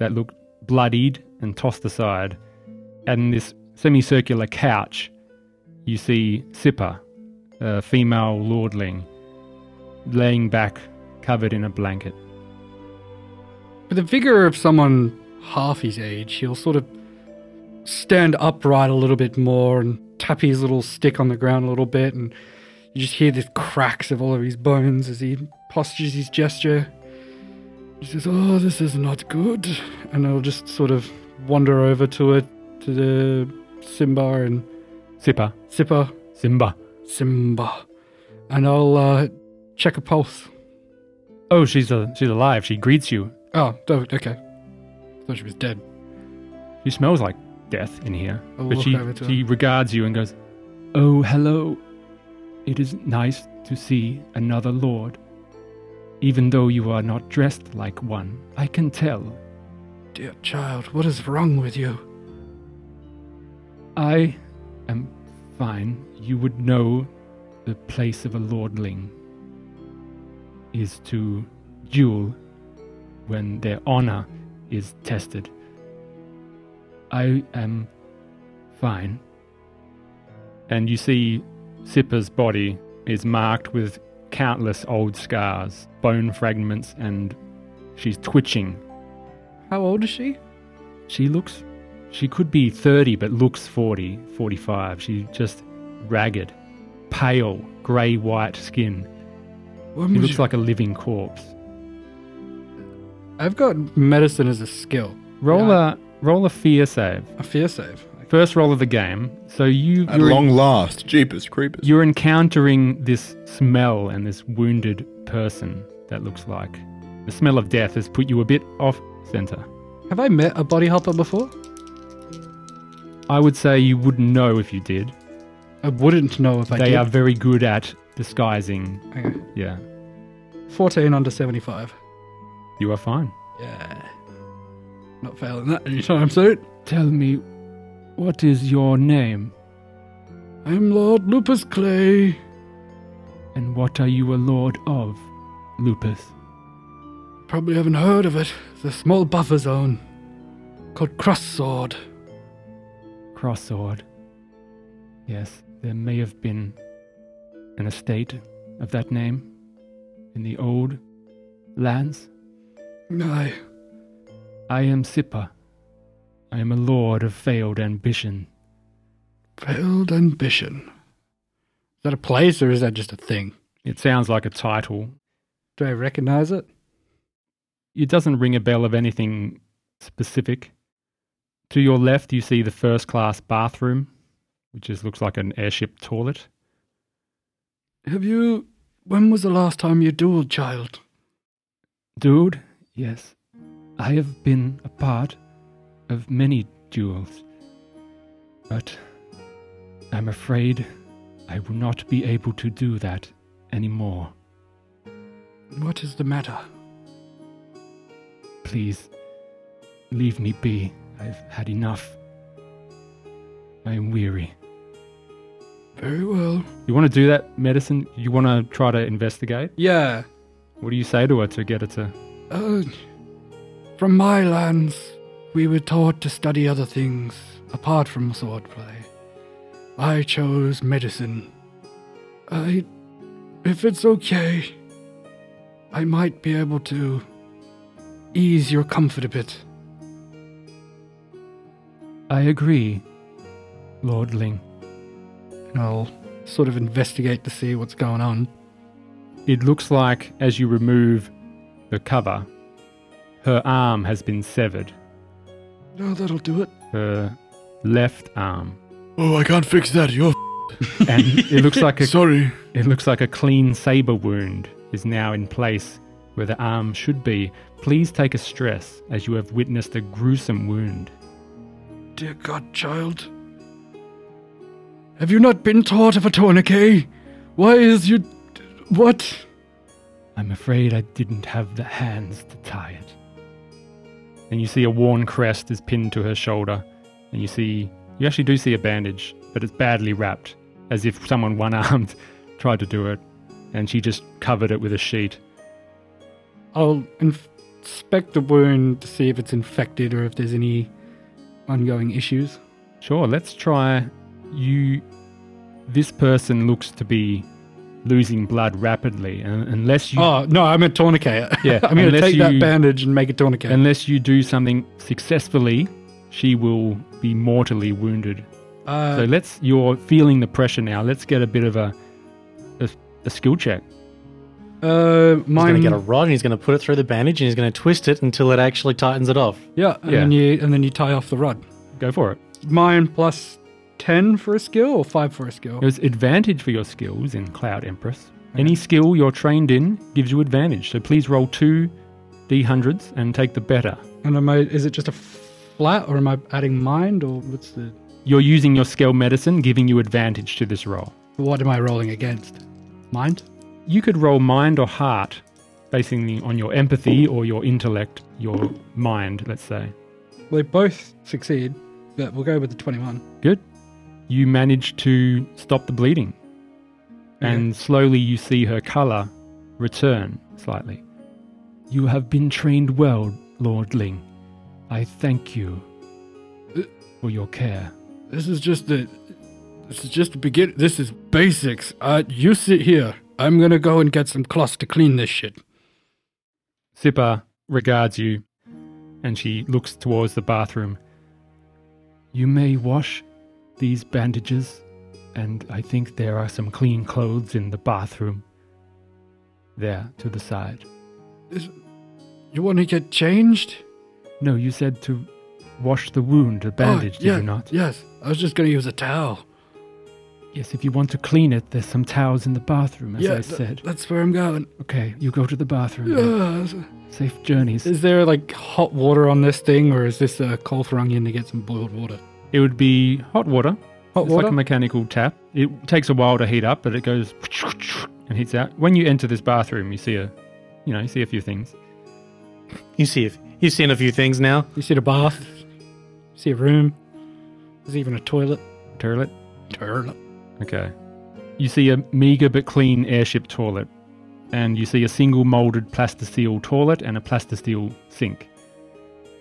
that look bloodied and tossed aside. And this semicircular couch, you see Sippa, a female lordling, laying back covered in a blanket. With the vigor of someone half his age, he'll sort of stand upright a little bit more and tap his little stick on the ground a little bit, and you just hear the cracks of all of his bones as he postures his gesture. He says, "Oh, this is not good," and he'll just sort of wander over to it to the Simba and Sippa, Sippa, Simba. Simba, and I'll uh, check a pulse. Oh, she's, a, she's alive. She greets you. Oh, oh, okay. Thought she was dead. She smells like death in here. I'll but walk she, over to she regards you and goes, Oh, hello. It is nice to see another lord. Even though you are not dressed like one, I can tell. Dear child, what is wrong with you? I am fine. You would know the place of a lordling is to duel when their honor is tested. I am fine. And you see, Sippa's body is marked with countless old scars, bone fragments, and she's twitching How old is she? she looks she could be 30 but looks 40 45 she's just ragged pale grey white skin When she Hmm. was looks you- like a living corpse I've got medicine as a skill. roll Yeah. a roll a fear save A fear save. first roll of the game so you At you're, long last, jeepers creepers. you're encountering this smell and this wounded person that looks like the smell of death has put you a bit off center Have I met a body hopper before? i would say you wouldn't know if you did I wouldn't know if I they did. are very good at disguising Okay. yeah 14 under 75. you are fine Yeah. Not failing that anytime soon. Tell me, what is your name I'm Lord Lupus Clay. and what are you a lord of, Lupus? Probably haven't heard of it. It's a small buffer zone called Cross Sword. Crossword. Yes, there may have been an estate of that name in the old lands. Aye. I am Sippa. I am a lord of failed ambition. Failed Ambition. Is that a place or is that just a thing? It sounds like a title. Do I recognize it? It doesn't ring a bell of anything specific. To your left, you see the first class bathroom, which just looks like an airship toilet. Have you. When was the last time you dueled, child? Dude, yes. I have been a part of many duels, but I'm afraid I will not be able to do that anymore. What is the matter? Please, leave me be. I've had enough. I am weary. Very well. You want to do that medicine? You want to try to investigate? Yeah. What do you say to her to get her to? Uh, from my lands, we were taught to study other things apart from swordplay. I chose medicine. I. If it's okay, I might be able to ease your comfort a bit. I agree, Lord Ling. And I'll sort of investigate to see what's going on. It looks like as you remove the cover, her arm has been severed. No, that'll do it. Her left arm, Oh, I can't fix that. You're and it looks like a sorry. It looks like a clean saber wound is now in place where the arm should be. Please take a stress as you have witnessed a gruesome wound. Dear godchild. Have you not been taught of a tourniquet? Why is you. What? I'm afraid I didn't have the hands to tie it. And you see a worn crest is pinned to her shoulder, and you see you actually do see a bandage, but it's badly wrapped, as if someone one armed tried to do it, and she just covered it with a sheet. I'll inspect the wound to see if it's infected or if there's any ongoing issues. Sure, let's try. You. This person looks to be losing blood rapidly, and unless you Oh, no, I'm a tourniquet. Yeah, I'm going to unless take you- that bandage and make a tourniquet. unless you do something successfully, she will be mortally wounded. uh, so let's. You're feeling the pressure now. Let's get a bit of a a, a skill check. uh, He's mine. going to get a rod and he's going to put it through the bandage and he's going to twist it until it actually tightens it off. yeah, and, Yeah. Then you, and then you tie off the rod. Go for it. Mine plus 10 for a skill or 5 for a skill? There's advantage for your skills in Cloud Empress. Any skill you're trained in gives you advantage. So please roll two d100s and take the better. And am I, is it just a flat or am I adding mind or what's the. You're using your skill medicine, giving you advantage to this roll. What am I rolling against? Mind? You could roll mind or heart, basing on your empathy or your intellect, your mind, let's say. They both succeed, but we'll go with the 21. Good. You manage to stop the bleeding. And slowly you see her colour return slightly. You have been trained well, Lord Ling. I thank you uh, for your care. This is just the. This is just the begin. This is basics. Uh, you sit here. I'm gonna go and get some cloths to clean this shit. Sippa regards you and she looks towards the bathroom. You may wash these bandages, and I think there are some clean clothes in the bathroom. There, to the side. You want to get changed? No, you said to wash the wound, the bandage, Oh, yeah, did you not? Yes. I was just gonna use a towel. Yes, if you want to clean it, there's some towels in the bathroom, as yeah, I th- said. that's where I'm going. Okay, you go to the bathroom. then. Ugh. Safe journeys. Is there like hot water on this thing, or is this a call for onion to get some boiled water? It would be hot water. Hot it's water. like a mechanical tap. It takes a while to heat up, but it goes and heats out. When you enter this bathroom, you see a, you know, you see a few things. You see if you've seen a few things now. you see the bath. See a room. There's even a toilet. Toilet. Toilet. Okay. You see a meager but clean airship toilet, and you see a single molded plasticeel toilet and a plasticeel sink.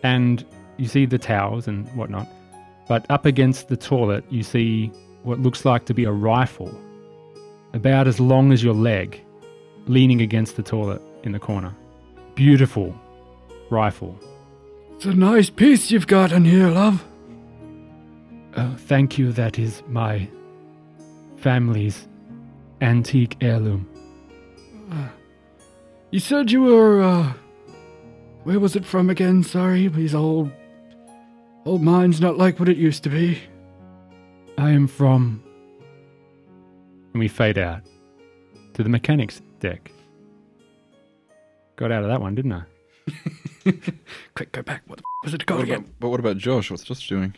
And you see the towels and whatnot. But up against the toilet, you see what looks like to be a rifle, about as long as your leg, leaning against the toilet in the corner. Beautiful rifle. It's a nice piece you've got in here, love. Oh, thank you. That is my family's antique heirloom. You said you were, uh. Where was it from again? Sorry, these old. Old mine's not like what it used to be. I am from. And we fade out to the mechanics deck. Got out of that one, didn't I? Quick, go back. What the f- was it called again? But what about Josh? What's Josh doing?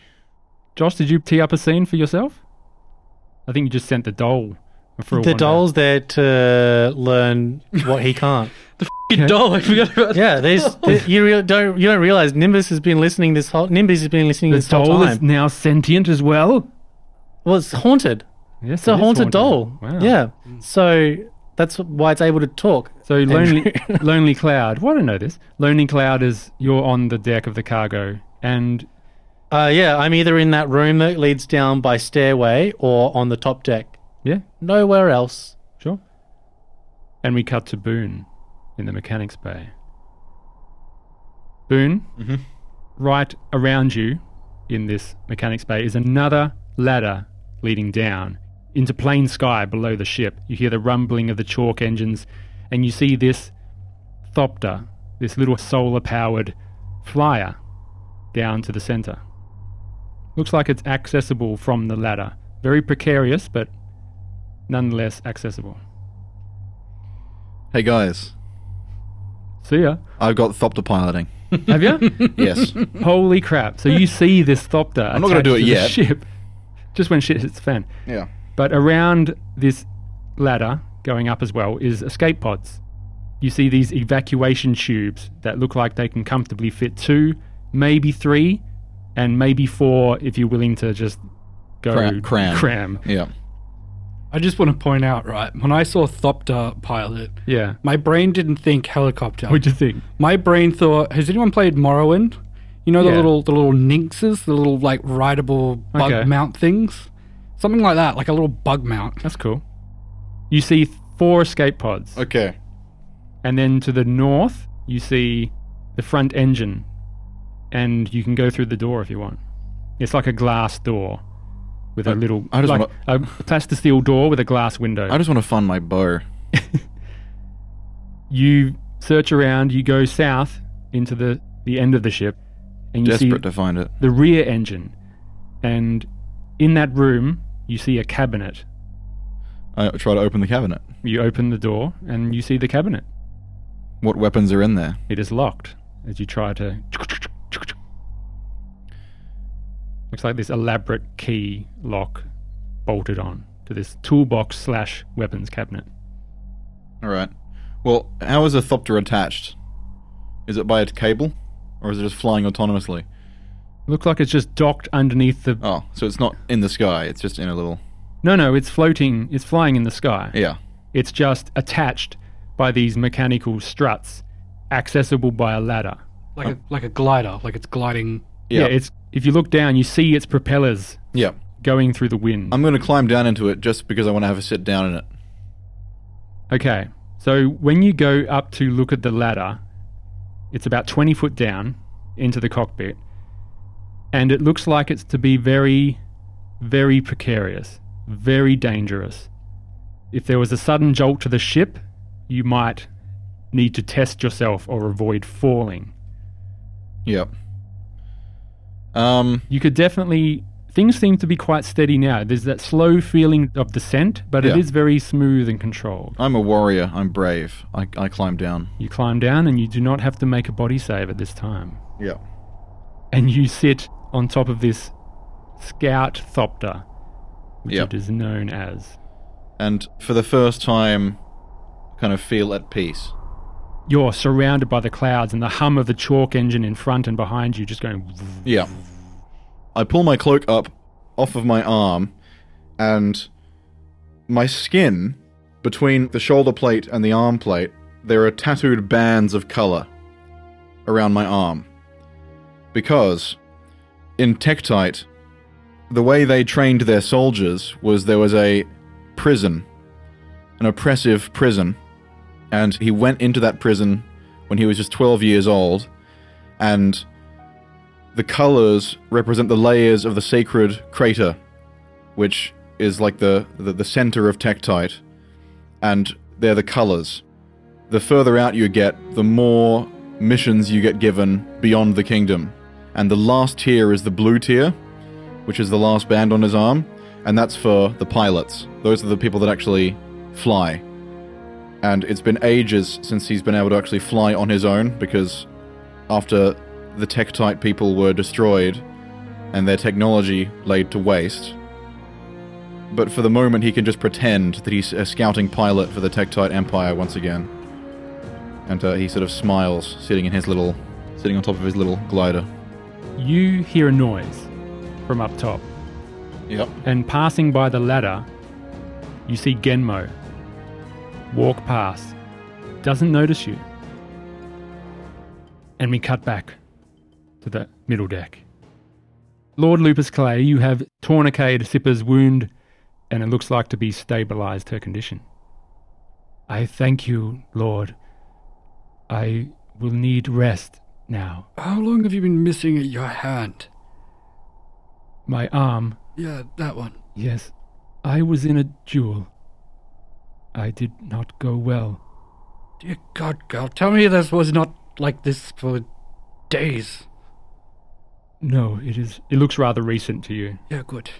Josh, did you tee up a scene for yourself? I think you just sent the doll for a The wander. doll's there to learn what he can't. Fucking doll. I forgot about Yeah, there's there- you real, don't you don't realize Nimbus has been listening this whole Nimbus has been listening The this whole doll time. is now sentient as well. well, it's haunted. Yes, It's a haunted doll. Yeah, so that's why it's able to talk. So lonely, lonely cloud. Well, I don't know this. Lonely cloud is you're on the deck of the cargo, and Uh, yeah, I'm either in that room that leads down by stairway or on the top deck. yeah, Nowhere else. sure. And we cut to Boone in the mechanics bay. Boone, right around you in this mechanics bay is another ladder leading down into plain sky below the ship. You hear the rumbling of the chalk engines, and you see this thopter, this little solar powered flyer, down to the center. Looks like it's accessible from the ladder. Very precarious, but nonetheless accessible. Hey guys, See ya. I've got Thopter piloting. Have you? Yes. Holy crap! So you see this thopter? I'm not gonna do it yet. Ship, just when shit hits the fan. yeah. But around this ladder, going up as well, is escape pods. You see these evacuation tubes that look like they can comfortably fit two, maybe three, and maybe four if you're willing to just go Cram- cram. cram. Yeah. I just want to point out, right? When I saw Thopter pilot, Yeah. my brain didn't think helicopter. What'd you think? my brain thought, has anyone played Morrowind? You know the Yeah. little the little nynxes, the little like rideable bug Okay. mount things, something like that, like a little bug mount. That's cool. You see four escape pods. Okay. And then to the north, you see the front engine, and you can go through the door if you want. It's like a glass door with a little, I just like a plasticine door with a glass window. I just want to find my bow. you search around, you go south into the, the end of the ship, and you Desperate see to find it. the rear engine. And in that room, you see a cabinet. I try to open the cabinet. You open the door, and you see the cabinet. What weapons are in there? It is locked as you try to. Looks like this elaborate key lock bolted on to this toolbox slash weapons cabinet. All right. Well, how is a Thopter attached? Is it by a cable, or is it just flying autonomously? Looks like it's just docked underneath the. Oh, so it's not in the sky. It's just in a little. No, no, it's floating. It's flying in the sky. Yeah. It's just attached by these mechanical struts, accessible by a ladder. Like a like a glider, like it's gliding. Yeah. Yeah, it's if you look down, you see its propellers Yeah. going through the wind. I'm going to climb down into it just because I want to have a sit down in it. Okay. So when you go up to look at the ladder, it's about 20 foot down into the cockpit. And it looks like it's to be very, very precarious, very dangerous. If there was a sudden jolt to the ship, you might need to test yourself or avoid falling. Yeah. Um. You could definitely. Things seem to be quite steady now. There's that slow feeling of descent, but it Yeah. is very smooth and controlled. I'm a warrior. I'm brave. I, I climb down. You climb down and you do not have to make a body save at this time. Yeah. and you sit on top of this scout thopter, which Yep. it is known as. And for the first time, kind of feel at peace. You're surrounded by the clouds and the hum of the chalk engine in front and behind you, just going. vroom. Yeah. I pull my cloak up off of my arm, and my skin, between the shoulder plate and the arm plate, there are tattooed bands of color around my arm. Because in Tektite, the way they trained their soldiers was there was a prison, an oppressive prison, and he went into that prison when he was just 12 years old, and the colors represent the layers of the sacred crater, which is like the, the, the center of Tektite, and they're the colors. The further out you get, the more missions you get given beyond the kingdom. And the last tier is the blue tier, which is the last band on his arm, and that's for the pilots. Those are the people that actually fly. And it's been ages since he's been able to actually fly on his own because after the Tektite people were destroyed and their technology laid to waste. But for the moment, he can just pretend that he's a scouting pilot for the Tektite Empire once again. And uh, he sort of smiles, sitting in his little, sitting on top of his little glider. You hear a noise from up top, Yep. and passing by the ladder, you see Genmo walk past, doesn't notice you. And we cut back to the middle deck. Lord Lupus Clay, you have tourniqueted Sipper's wound, and it looks like to be stabilized her condition. I thank you, Lord. I will need rest now. How long have you been missing at your hand? My arm Yeah, that one. Yes, I was in a duel. I did not go well. Dear God, girl, tell me this was not like this for days. No, it is. It looks rather recent to you. Yeah, good.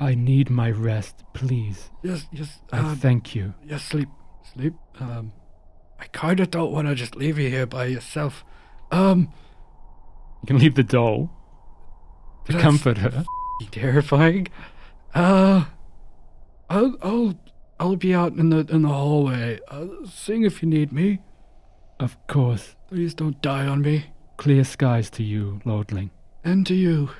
I need my rest, please. Yes, yes, I um, thank you. yes, sleep, sleep. Um, I kinda don't wanna just leave you here by yourself. Um, You can leave the doll to That's- comfort her. terrifying. Uh, I'll, I'll, I'll be out in the in the hallway. Uh, sing if you need me. Of course. Please don't die on me. Clear skies to you, Lordling. And to you.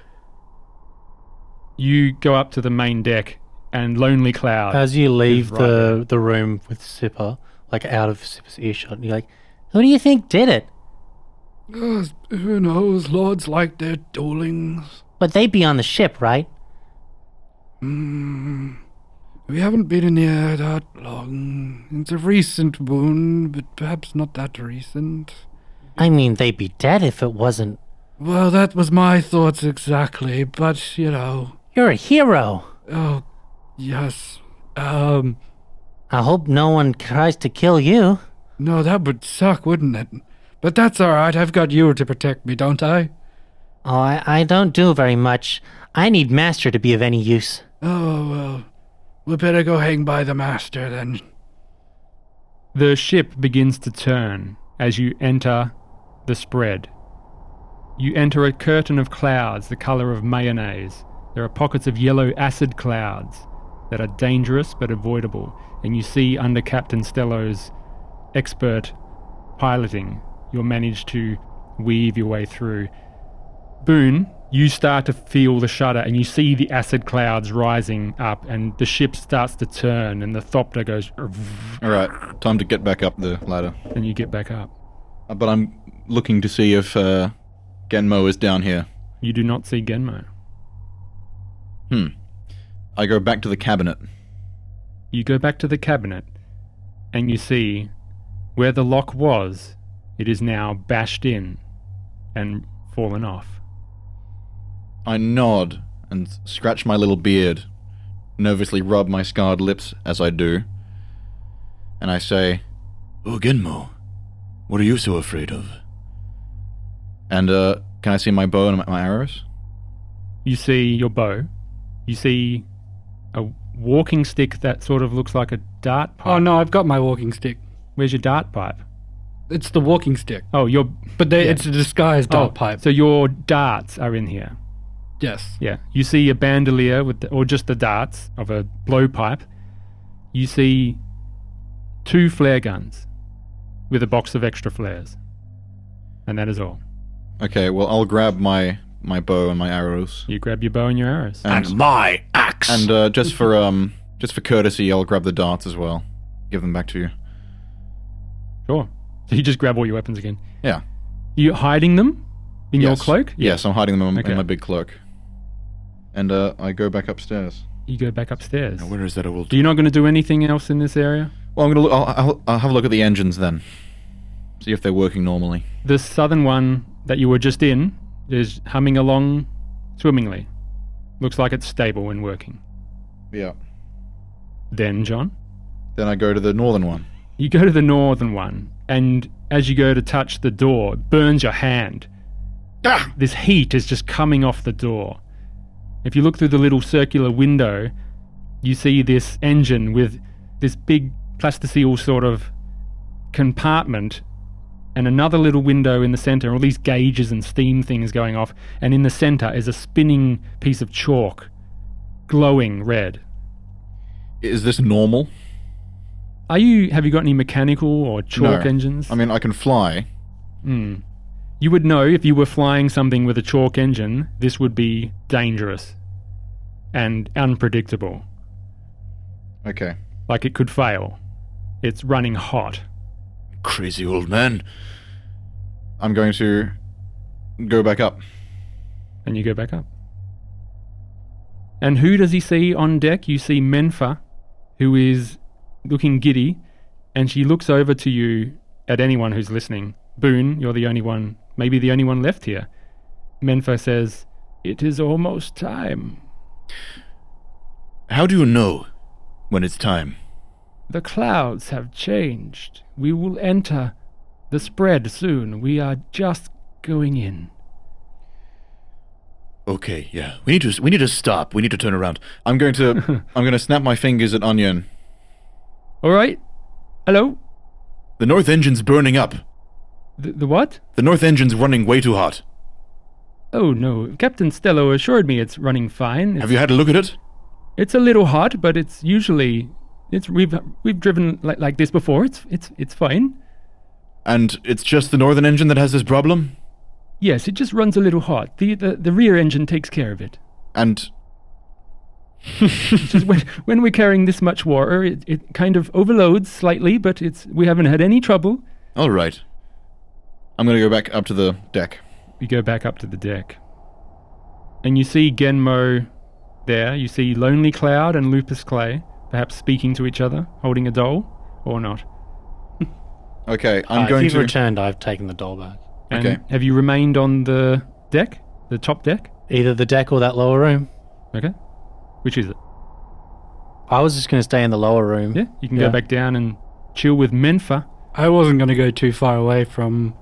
You go up to the main deck, and Lonely Cloud. As you leave Uh, right the, the room with Sipper, like out of Sipper's earshot, you're like, Who do you think did it? Uh, who knows? Lords like their duelings. But they'd be on the ship, right? We haven't been in here that long. It's a recent wound, but perhaps not that recent. I mean, they'd be dead if it wasn't. Well, that was my thoughts exactly, but you know. You're a hero. Oh, yes. Um, I hope no one tries to kill you. no, that would suck, wouldn't it? But that's alright, I've got you to protect me, don't I? Oh, I, I don't do very much. I need Master to be of any use. Oh, well. We better go hang by the master then. The ship begins to turn as you enter the spread. You enter a curtain of clouds the color of mayonnaise. There are pockets of yellow acid clouds that are dangerous but avoidable, and you see under Captain Stello's expert piloting, you'll manage to weave your way through. Boone, you start to feel the shudder and you see the acid clouds rising up, and the ship starts to turn, and the Thopter goes, All right, time to get back up the ladder. and you get back up. Uh, But I'm looking to see if uh, Genmo is down here. You do not see Genmo. I go back to the cabinet. You go back to the cabinet and you see where the lock was, it is now bashed in and fallen off. I nod and scratch my little beard, nervously rub my scarred lips as I do, and I say, Oh, Genmo, what are you so afraid of? "And uh, can I see my bow and my, my arrows?" You see your bow. You see a walking stick that sort of looks like a dart pipe. Oh no, I've got my walking stick. Where's your dart pipe? It's the walking stick. Oh, your But they, Yeah. it's a disguised oh, dart pipe. So your darts are in here. yes. Yeah. You see a bandolier with, the, or just the darts of a blowpipe. You see two flare guns with a box of extra flares. And that is all. Okay, well I'll grab my my bow and my arrows, You grab your bow and your arrows. and my axe! and uh, just for um just for courtesy, I'll grab the darts as well. Give them back to you. Sure. So you just grab all your weapons again. Yeah. You hiding them in your Yes. cloak? Yes, I'm hiding them in, Okay. in my big cloak. And uh, I go back upstairs. You go back upstairs. Now, where is that old... So you're not going to do anything else in this area? Well, I'm gonna look, I'll, I'll, I'll have a look at the engines then, see if they're working normally. The southern one that you were just in is humming along swimmingly. Looks like it's stable and working. Yeah. Then, John? Then I go to the northern one. You go to the northern one, and as you go to touch the door, it burns your hand. Ah! This heat is just coming off the door. If you look through the little circular window, you see this engine with this big plasticeel sort of compartment, and another little window in the center, all these gauges and steam things going off, and in the center is a spinning piece of chalk, glowing red. Is this normal? Are you? Have you got any mechanical or chalk engines? I mean, I can fly. Hmm. you would know if you were flying something with a chalk engine. This would be dangerous and unpredictable. Okay. Like it could fail. It's running hot. Crazy old man. I'm going to go back up. And you go back up. And who does he see on deck? You see Menfa, who is looking giddy, and she looks over to you at anyone who's listening. Boone, you're the only one, maybe the only one left here. Menfa says, It is almost time. How do you know when it's time? The clouds have changed. We will enter the spread soon. We are just going in. Okay, yeah. We need to we need to stop. We need to turn around. I'm going to I'm going to snap my fingers at Onion. All right. Hello? The north engine's burning up. The, the what? The north engine's running way too hot. Oh no, Captain Stello assured me it's running fine. It's Have you had a look at it? It's a little hot, but it's usually it's we've we've driven like like this before. It's it's it's fine. And it's just the northern engine that has this problem? Yes, it just runs a little hot. The the, the rear engine takes care of it. And It's just when when we're carrying this much water, it, it kind of overloads slightly, but it's we haven't had any trouble. all right. I'm going to go back up to the deck. You go back up to the deck, and you see Genmo there. You see Lonely Cloud and Lupus Clay, perhaps speaking to each other, holding a doll, or not. Okay, I'm Uh, if going you've to returned, I've taken the doll back. And Okay. Have you remained on the deck, the top deck? Either the deck or that lower room. Okay. Which is it? I was just going to stay in the lower room. Yeah, you can Yeah. go back down and chill with Menfa. I wasn't going to go too far away from.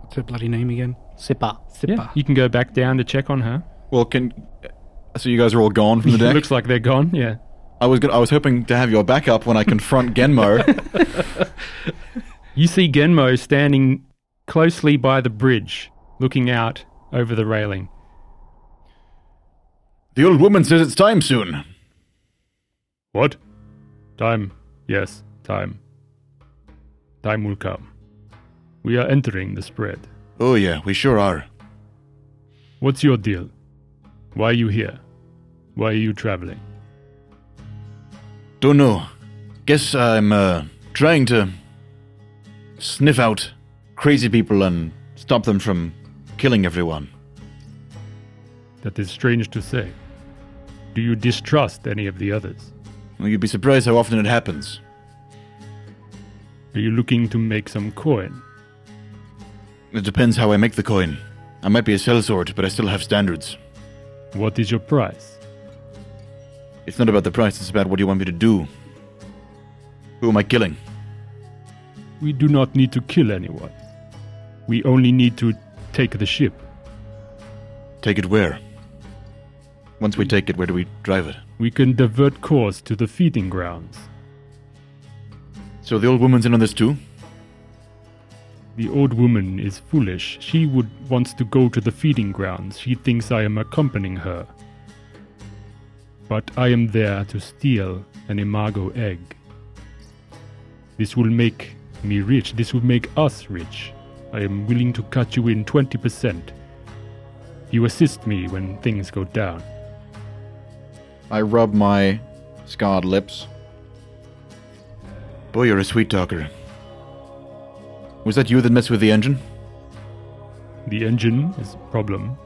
What's her bloody name again? Sipper. Yeah, you can go back down to check on her. Well, can so you guys are all gone from the deck? Looks like they're gone. Yeah. I was gonna, I was hoping to have your backup when I confront Genmo. You see Genmo standing closely by the bridge, looking out over the railing. The old woman says it's time soon. What? Time. Yes, time. Time will come. We are entering the spread. Oh yeah, we sure are. What's your deal? Why are you here? Why are you traveling? Don't know. Guess I'm uh, trying to sniff out crazy people and stop them from killing everyone. That is strange to say. Do you distrust any of the others? Well, you'd be surprised how often it happens. Are you looking to make some coin? It depends how I make the coin. I might be a sellsword, but I still have standards. What is your price? It's not about the price, it's about what you want me to do. Who am I killing? We do not need to kill anyone. We only need to take the ship. Take it where? Once we take it, where do we drive it? We can divert course to the feeding grounds. So the old woman's in on this too? The old woman is foolish. She would wants to go to the feeding grounds. She thinks I am accompanying her. But I am there to steal an imago egg. This will make me rich. This will make us rich. I am willing to cut you in 20%. You assist me when things go down. I rub my scarred lips. Boy, you're a sweet talker. Was that you that messed with the engine? The engine is a problem.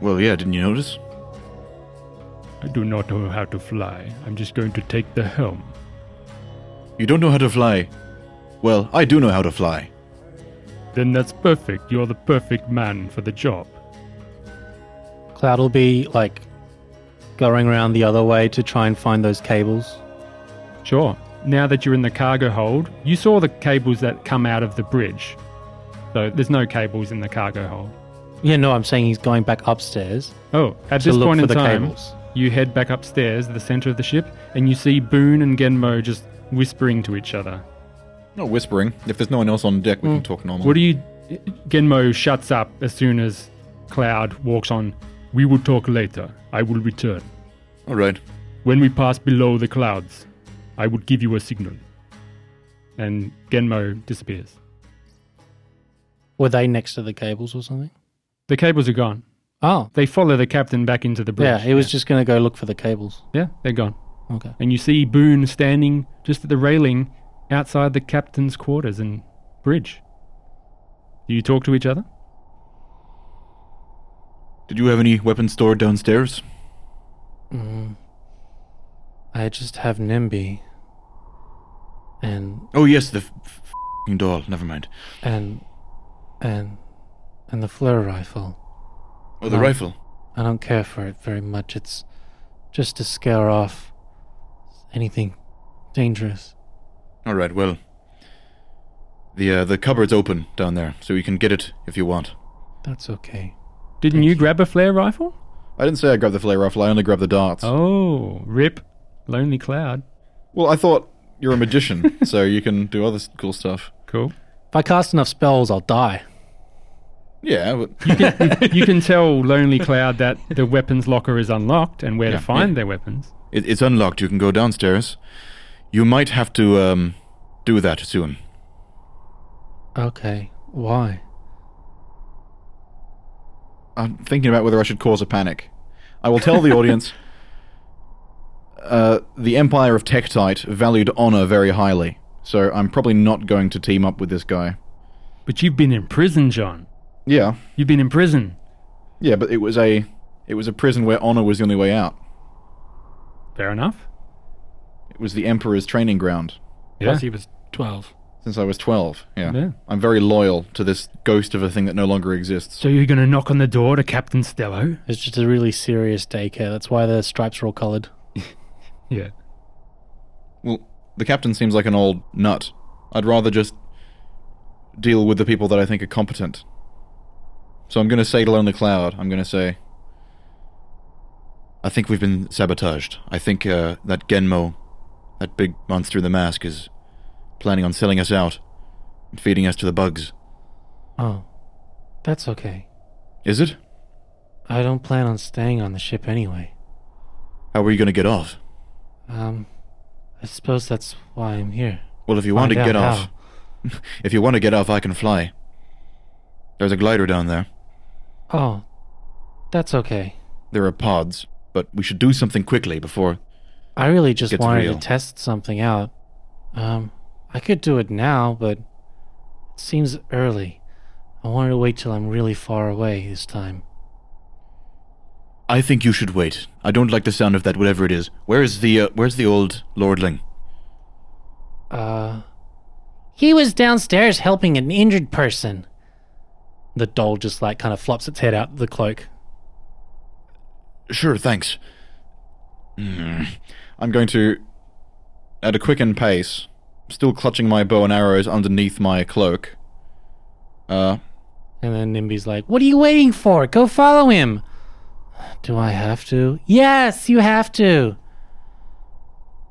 Well, yeah, didn't you notice? I do not know how to fly. I'm just going to take the helm. You don't know how to fly. Well, I do know how to fly. Then that's perfect. You're the perfect man for the job. Cloud will be like going around the other way to try and find those cables. Sure. Now that you're in the cargo hold, you saw the cables that come out of the bridge. So there's no cables in the cargo hold. Yeah, no, I'm saying he's going back upstairs. Oh, at To this look point for in the time, cables. you head back upstairs, the center of the ship, and you see Boone and Genmo just whispering to each other. Not whispering. If there's no one else on deck, we can talk normal. Hmm. What do you. Genmo shuts up as soon as Cloud walks on. We will talk later. I will return. All right. When we pass below the clouds, I will give you a signal. And Genmo disappears. Were they next to the cables or something? The cables are gone. Oh, They follow the captain back into the bridge. yeah. He was just going to go look for the cables. Yeah, they're gone. Okay. And you see Boone standing just at the railing outside the captain's quarters and bridge. Do you talk to each other? Did you have any weapons stored downstairs? Mm. I just have NIMBY. And Oh, yes, the f- f- f***ing doll. Never mind. and and and the flare rifle. Oh, the No. rifle. I don't care for it very much. It's just to scare off anything dangerous. All right. Well, the uh, the cupboard's open down there, so you can get it if you want. That's okay. Didn't you grab a flare rifle? I didn't say I grabbed the flare rifle. I only grabbed the darts. Oh, rip. Lonely Cloud. Well, I thought you're a magician, so you can do other s- cool stuff. Cool. If I cast enough spells, I'll die. Yeah, but you can tell Lonely Cloud that the weapons locker is unlocked and where to Yeah, find yeah. their weapons. It, it's unlocked. You can go downstairs. You might have to um, do that soon. Okay. Why? I'm thinking about whether I should cause a panic. I will tell the audience. Uh, the Empire of Tektite valued honor very highly, so I'm probably not going to team up with this guy. But you've been in prison, John. Yeah, You've been in prison. yeah, but it was a it was a prison where honor was the only way out. Fair enough. It was the Emperor's training ground Plus, he was 12. since I was 12. Yeah. Yeah. I'm very loyal to this ghost of a thing that no longer exists. So you're going to knock on the door to Captain Stello? It's just a really serious daycare. That's why the stripes are all coloured. Yeah. Well, the captain seems like an old nut. I'd rather just deal with the people that I think are competent. So I'm going to say to Lonely Cloud, I'm going to say, I think we've been sabotaged. I think uh, that Genmo, that big monster in the mask, is planning on selling us out and feeding us to the bugs. Oh, that's okay. Is it? I don't plan on staying on the ship anyway. How are you going to get off? Um, I suppose that's why I'm here. Well, if you want to Find get out off, if you want to get off, I can fly. There's a glider down there. Oh, that's okay. There are pods, but we should do something quickly before. I really just Gets wanted real. to test something out. Um, I could do it now, but it seems early. I wanted to wait till I'm really far away this time. I think you should wait. I don't like the sound of that. Whatever it is, where is the uh, where's the old lordling? Uh, he was downstairs helping an injured person. The doll just like kind of flops its head out the cloak. Sure, thanks. Hmm. I'm going to, at a quickened pace, still clutching my bow and arrows underneath my cloak. Uh, And then Nimby's like, What are you waiting for? Go follow him. Do I have to? Yes, you have to.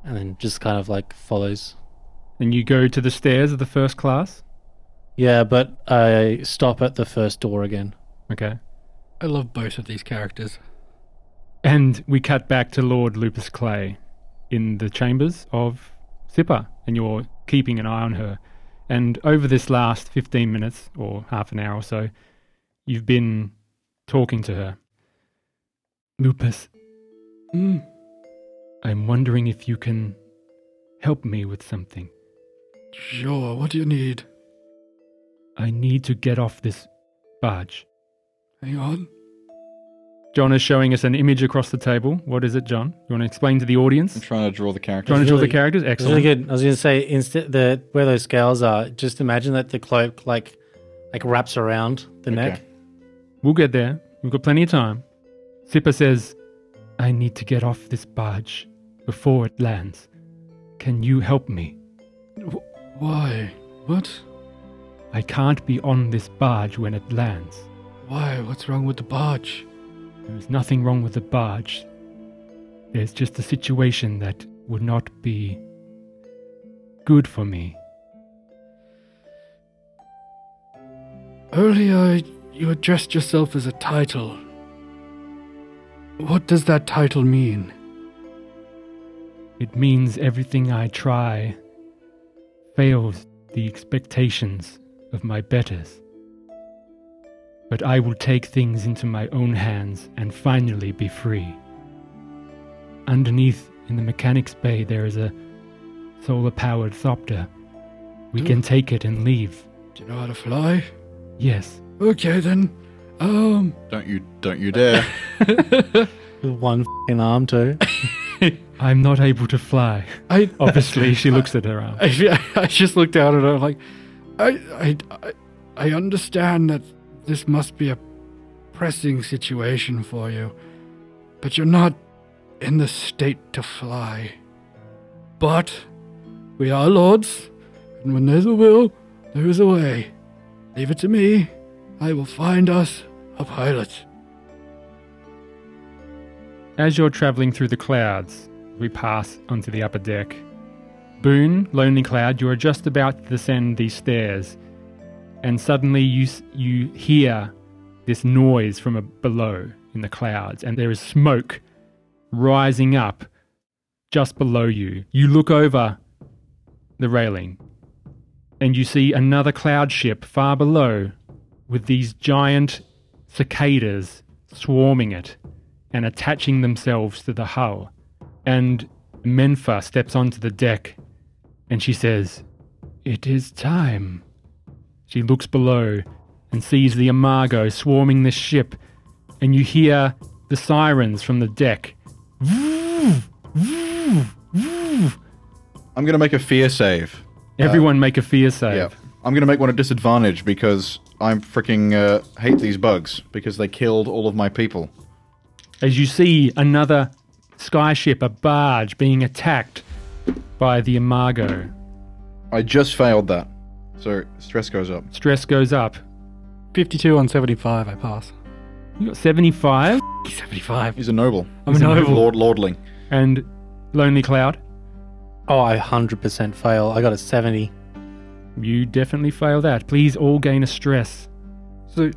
And then just kind of like follows. And you go to the stairs of the first class? Yeah, but I stop at the first door again. Okay. I love both of these characters. And we cut back to Lord Lupus Clay in the chambers of Sippa, and you're keeping an eye on her. And over this last 15 minutes or half an hour or so, you've been talking to her. Lupus, Mm. I'm wondering if you can help me with something. Sure, what do you need? I need to get off this barge. Hang on. John is showing us an image across the table. What is it, John? You want to explain to the audience? I'm trying to draw the character. Trying to draw the really- characters? It's really Excellent. good. I was gonna say instead the where those scales are, just imagine that the cloak like like wraps around the neck. We'll get there. We've got plenty of time. Sipper says, I need to get off this barge before it lands. Can you help me? Why? What? I can't be on this barge when it lands. Why? What's wrong with the barge? There's nothing wrong with the barge. There's just a situation that would not be good for me. Earlier, you addressed yourself as a title. What does that title mean? It means everything I try fails the expectations of my betters. But I will take things into my own hands and finally be free. Underneath in the mechanic's bay, there is a solar powered thopter. We can take it and leave. Do you know how to fly? Yes. Okay then. Um, Don't you don't you dare. With one fing arm, too. I'm not able to fly. I Obviously, she looks at her arm. I, I just looked down at her like, I, I, I, I understand that this must be a pressing situation for you, but you're not in the state to fly. But we are lords, and when there's a will, there is a way. Leave it to me. I will find us a pilot. As you're traveling through the clouds, we pass onto the upper deck. Boone, Lonely Cloud, you are just about to descend these stairs, and suddenly you, s- you hear this noise from a, below in the clouds, and there is smoke rising up just below you. You look over the railing, and you see another cloud ship far below with these giant cicadas swarming it and attaching themselves to the hull. And Menfa steps onto the deck and she says, It is time. She looks below and sees the Imago swarming the ship, and you hear the sirens from the deck. I'm gonna make a fear save. Everyone make a fear save. Yeah. I'm gonna make one at disadvantage because I'm freaking uh, hate these bugs because they killed all of my people. as you see another skyship, a barge, being attacked by the Imago. I just failed that, so stress goes up. Stress goes up. 52 on 75, I pass. You got 75 75. He's a noble. I'm a noble. Lord Lordling. and Lonely Cloud. Oh, I 100% fail. I got a 70. You definitely fail that. Please all gain a stress. So,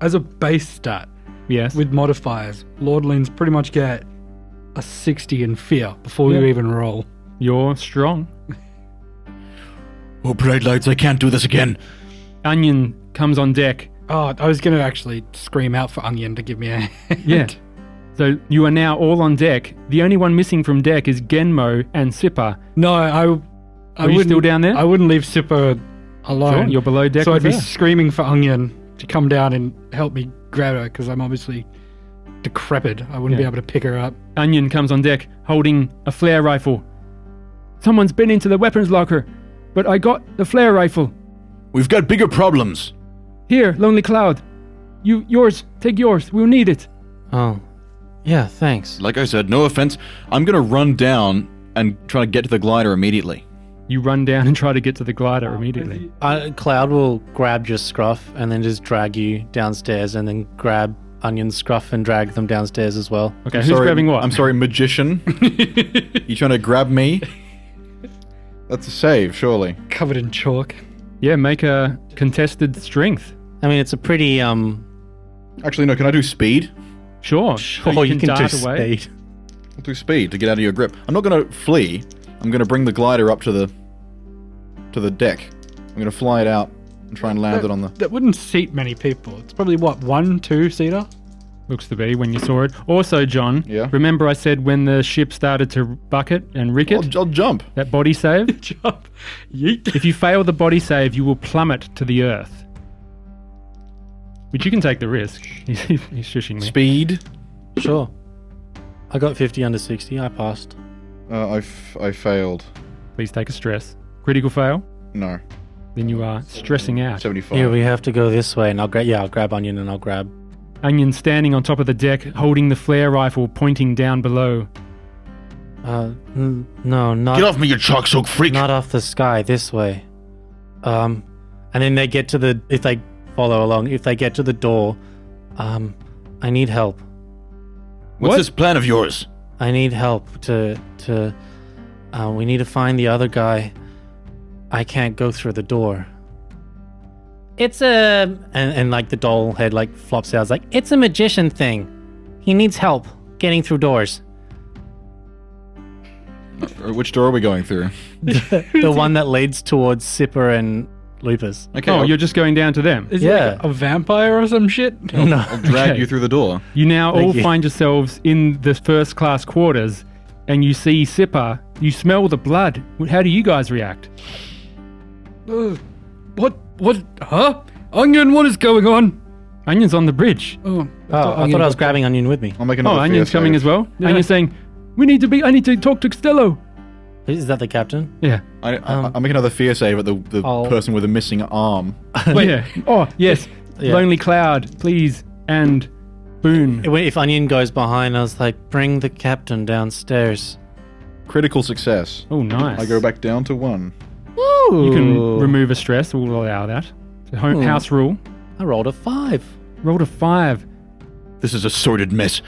as a base stat, Yes. with modifiers, lordlings pretty much get a 60 in fear before you Yeah. even roll. You're strong. Oh, bright lights, I can't do this again. Onion comes on deck. Oh, I was going to actually scream out for Onion to give me a hint. Yeah. So you are now all on deck. The only one missing from deck is Genmo and Sipper. No, I, I Are you wouldn't. still down there? I wouldn't leave Sipper alone. Sure, you're below deck Oh. So I'd with be her. screaming for Onion to come down and help me grab her because I'm obviously decrepit. I wouldn't be Yeah. able to pick her up. Onion comes on deck holding a flare rifle. Someone's been into the weapons locker, but I got the flare rifle. We've got bigger problems. Here, Lonely Cloud. You yours, take yours. We'll need it. Oh, yeah, thanks. Like I said, no offense. I'm gonna run down and try to get to the glider immediately. You run down and try to get to the glider immediately. Uh, Cloud will grab your scruff and then just drag you downstairs and then grab Onion's scruff and drag them downstairs as well. Okay, who's Sorry, grabbing what? I'm sorry, magician. you trying to grab me? That's a save, surely. Covered in chalk. Yeah, make a contested strength. I mean, it's a pretty, um, Actually, no. Can I do speed? Sure. oh, Sure, you, can, do speed. I'll do speed to get out of your grip. I'm not going to flee. I'm going to bring the glider up to the to the deck. I'm going to fly it out and try and land it on the. That wouldn't seat many people. It's probably what one, two seater. Looks to be when you saw it. Also, John, Yeah? remember I said when the ship started to bucket and ricket, I'll, I'll jump. that body save? Jump, yeet. if you fail the body save, you will plummet to the earth. Which you can take the risk. He's, he's shushing me. Speed. Sure. I got 50 under 60. I passed. Uh, I f- I failed. Please take a stress. Critical fail, No, then you are stressing out. seventy-five. Yeah, we have to go this way, and I'll grab. Yeah, I'll grab Onion, and I'll grab. Onion standing on top of the deck, holding the flare rifle pointing down below. Uh, n- no, Get not off me, you chalk soak freak! not off the sky. This way. Um, and then they get to the. If they follow along, if they get to the door, um, I need help. What's What? this plan of yours? I need help to to. Uh, we need to find the other guy. I can't go through the door. It's a and, and like the doll head like flops out. It's like it's a magician thing. he needs help getting through doors. Or Uh, Which door are we going through? the one that leads towards Sipper and Lupus. Okay, Oh, I'll, you're just going down to them. Is Yeah. it like a vampire or some shit? I'll drag you through the door. You now all you. find yourselves in the first class quarters and you see Sipper. You smell the blood. How do you guys react? Ugh. Uh, what? What? Huh? Onion, what is going on? Onion's on the bridge. Oh, Oh, I thought I was grabbing onion with me. I'll make Oh, another. Onion's fierce coming save. as well. Onion's saying, We need to be, I need to talk to Costello. Is that the captain? Yeah. I, I, Um, I'll make another fear save at the, the I'll- person with a missing arm. Wait. Oh, yes. Yeah. Lonely Cloud, please. And Boon. If if onion goes behind, I was like, bring the captain downstairs. Critical success. Oh, nice. I go back down to one. You can Ooh. Hmm. remove a stress. We'll allow that. It's a home, house rule. I rolled a five. Rolled a five. This is a sordid mess.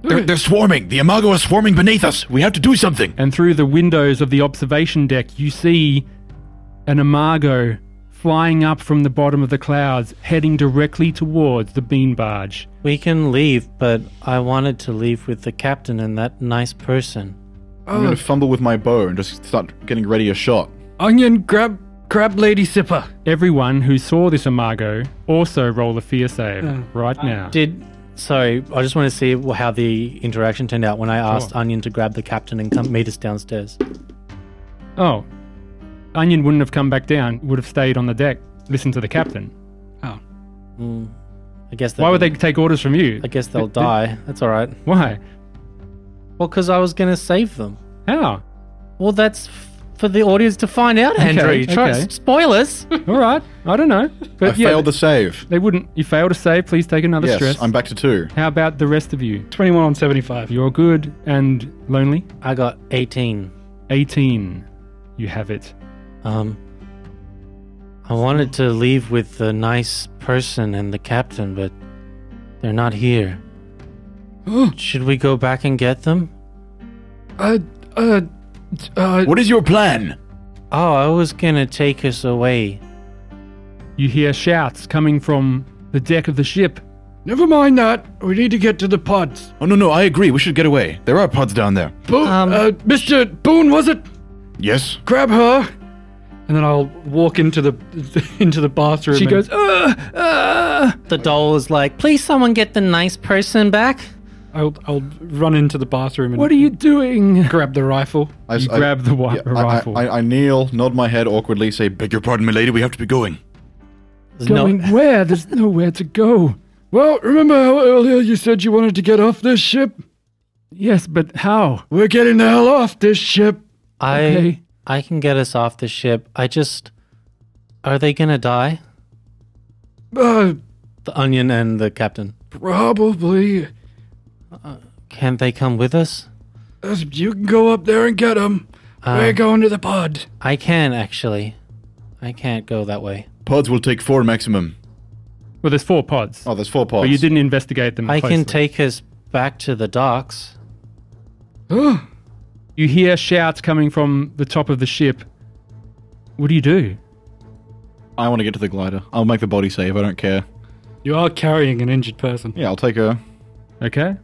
They're, they're swarming. The Imago are swarming beneath us. We have to do something. and through the windows of the observation deck, you see an imago flying up from the bottom of the clouds, heading directly towards the bean barge. We can leave, but I wanted to leave with the captain and that nice person. I'm Oh. going to fumble with my bow and just start getting ready a shot. Onion, grab, grab Lady Sipper. Everyone who saw this imago also roll a fear save right now. Did sorry, I just want to see wh- how the interaction turned out when I asked Sure. Onion to grab the captain and come meet us downstairs. oh, Onion wouldn't have come back down, would have stayed on the deck, listened to the captain. I guess Why would they take orders from you? I guess they'll die. That's all right. Why? Well, because I was gonna save them. How? Well, that's f- for the audience to find out, Andrew. Okay, Try- okay. Spoilers. All right, I don't know. But I yeah, failed the save. they wouldn't. You fail to save, please take another Yes, stress. I'm back to two. How about the rest of you? 21 on 75. You're good and lonely. I got 18. 18. You have it. Um, I wanted to leave with the nice person and the captain, but they're not here. Should we go back and get them? Uh, uh, uh, What is your plan? Oh, I was gonna take us away. You hear shouts coming from the deck of the ship. never mind that. We need to get to the pods. Oh no, no, I agree. We should get away. There are pods down there. Boone, uh, Mr. Boone, was it? Yes. Grab her. And then I'll walk into the into the bathroom. She and- goes, Ugh! Ugh! The doll is like, please, someone get the nice person back. I'll, I'll run into the bathroom and What are you doing? grab the rifle. I, You grab the wi- I- I- rifle. I, I kneel, nod my head awkwardly, say, "Beg Beg your pardon, milady. We have to be going. There's no- Going where? There's nowhere to go. Well, remember how earlier you said you wanted to get off this ship? Yes, but how? We're getting the hell off this ship. I Okay. I can get us off the ship. I just, are they gonna die? Uh, The onion and the captain. probably. Can't they come with us? Uh, You can go up there and get them. We're going to the pod. I can actually. I can't go that way. Pods will take four maximum. Well, there's four pods. Oh, there's four pods. but you didn't investigate them. I closely. can take us back to the docks. You hear shouts coming from the top of the ship. What do you do? I want to get to the glider. I'll make the body save. I don't care. You are carrying an injured person. Yeah, I'll take a. Okay.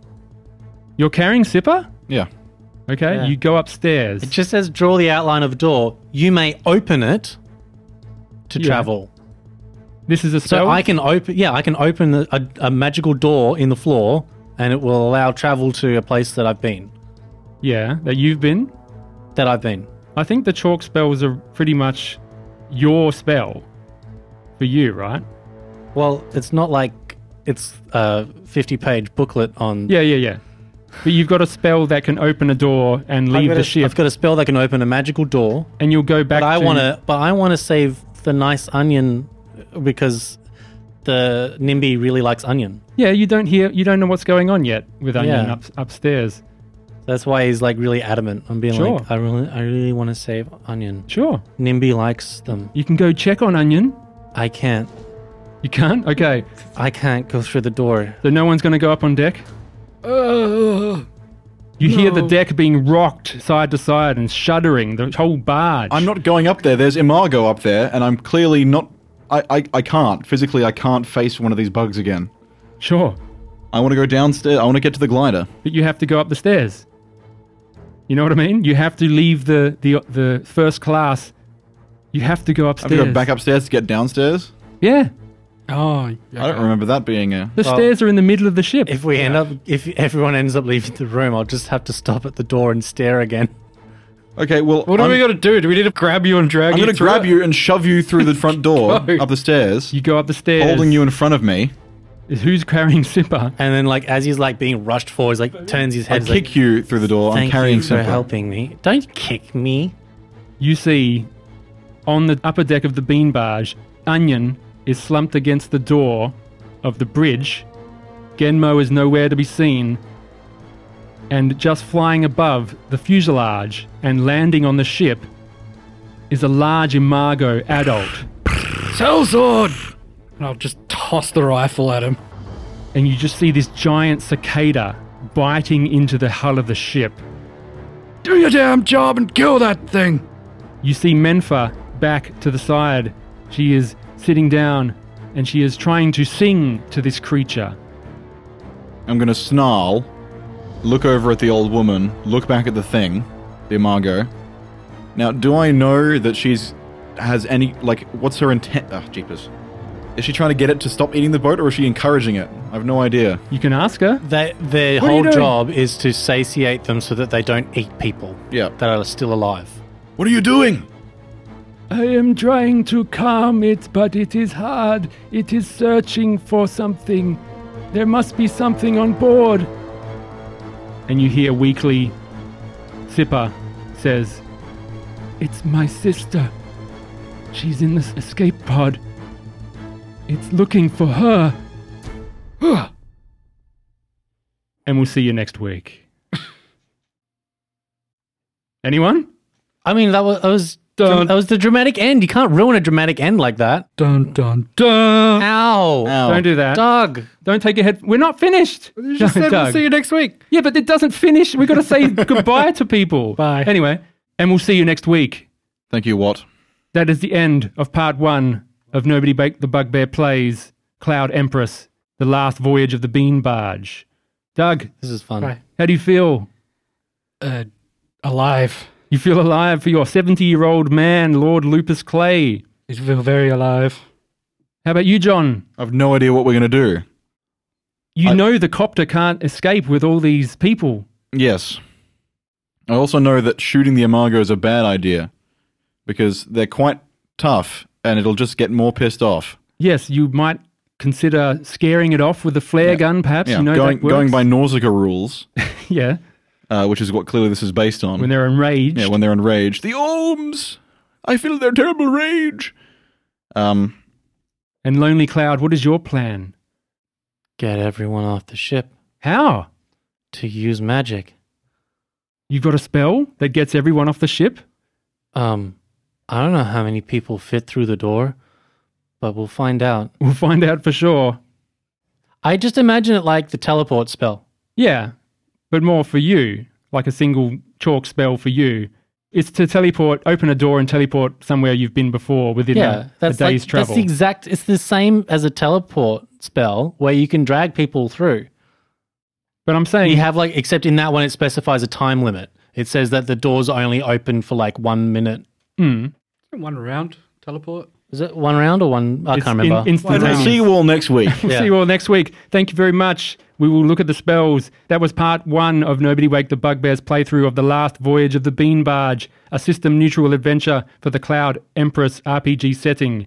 You're carrying Sipper? Yeah. Okay. Yeah. You go upstairs. It just says draw the outline of a door. You may open it to Yeah. travel. this is a So spell. I can open, yeah, I can open a, a, a magical door in the floor, and it will allow travel to a place that I've been. yeah, that you've been. That I've been. I think the chalk spells are pretty much your spell for you, right? Well, it's not like it's a fifty-page booklet on. Yeah, yeah, yeah. But you've got a spell that can open a door and I've leave got the a- ship, I've got a spell that can open a magical door, and you'll go back. but I to, want to. But I want to save the nice onion because the NIMBY really likes onion. Yeah, you don't hear. You don't know what's going on yet with Onion Yeah. up, upstairs. That's why he's like really adamant on being Sure. like, I really, I really want to save onion. Sure, NIMBY likes them. you can go check on Onion. I can't. You can't. Okay, I can't go through the door. so no one's going to go up on deck. Uh, You hear the deck being rocked side to side and shuddering. The whole barge. I'm not going up there. There's Imago up there, and I'm clearly not I, I, I can't. Physically, I can't face one of these bugs again. Sure, I want to go downstairs. I want to get to the glider. but you have to go up the stairs. You know what I mean? You have to leave the the, the first class. You have to go I upstairs. have to go back upstairs to get downstairs. Yeah, Oh, I don't remember that being a. the stairs are in the middle of the ship. If we end up, if everyone ends up leaving the room, I'll just have to stop at the door and stare again. Okay, well, What I'm, are we going to do? Do we need to grab you and drag I'm you? going to through grab it? you and shove you through the front door Go. up the stairs, you go up the stairs, holding you in front of me. Who's carrying Simba? And then, like as he's like being rushed forward, he's like turns his I head. he's kick like, you through the door. I'm Thank carrying you for Simba. helping me. Don't kick me. You see, on the upper deck of the bean barge, Onion is slumped against the door of the bridge. Genmo is nowhere to be seen. And just flying above the fuselage and landing on the ship is a large Imago adult. Salzord! And I'll just toss the rifle at him. and you just see this giant cicada biting into the hull of the ship. Do your damn job and kill that thing! You see Menfa back to the side. She is sitting down and she is trying to sing to this creature. I'm going to snarl, look over at the old woman, look back at the thing, the Imago. Now, do I know that she's has any like what's her intent? Ah, jeepers. Is she trying to get it to stop eating the boat, or is she encouraging it? I have no idea. You can ask her. They, their What are you whole doing? job is to satiate them so that they don't eat people Yeah. that are still alive. What are you doing? I am trying to calm it, but it is hard. It is searching for something. There must be something on board. And you hear weakly, Sippa says, It's my sister. She's in this escape pod. It's looking for her. and we'll see you next week. Anyone? I mean, that was that was, Dun. that was the dramatic end. You can't ruin a dramatic end like that. Dun dun dun! Ow, Ow. Don't do that. Doug. Don't take your head. We're not finished. You just No, said we'll Doug. see you next week. Yeah, but it doesn't finish. We've got to say goodbye to people. Bye. Anyway, and we'll see you next week. Thank you, Watt. That is the end of part one of Nobody Baked the Bugbear Plays Cloud Empress, The Last Voyage of the Bean Barge. Doug, This is fun. Right. how do you feel? Uh, alive. You feel alive for your 70 year old man, Lord Lupus Clay. You feel very alive. How about you, John? I have no idea what we're gonna do. You I- know the copter can't escape with all these people. Yes. I also know that shooting the Imago is a bad idea because they're quite tough, and it'll just get more pissed off. Yes, you might consider scaring it off with a flare gun, perhaps. Yeah, You know going that works. going by Nausicaa rules, yeah. uh, which is what clearly this is based on. when they're enraged. Yeah, when they're enraged. The Ohms! I feel their terrible rage. Um, and Lonely Cloud, what is your plan? Get everyone off the ship How? to use magic. You've got a spell that gets everyone off the ship? Um, I don't know how many people fit through the door, but we'll find out. We'll find out for sure. I just imagine it like the teleport spell. Yeah, but more for you, like a single chalk spell for you. It's to teleport, open a door and teleport somewhere you've been before within yeah, a, that's a day's like, travel. That's the exact. It's the same as a teleport spell where you can drag people through. but I'm saying, You have like, except in that one, it specifies a time limit. It says that the doors are only open for like one minute. mm, One round. Teleport. Is it one round or one? I it's can't in- remember. instantaneous. see you all next week. We'll Yeah. see you all next week. Thank you very much. We will look at the spells. That was part one of Nobody Wake the Bugbear's playthrough of The Last Voyage of the Bean Barge, a system neutral adventure for the Cloud Empress RPG setting.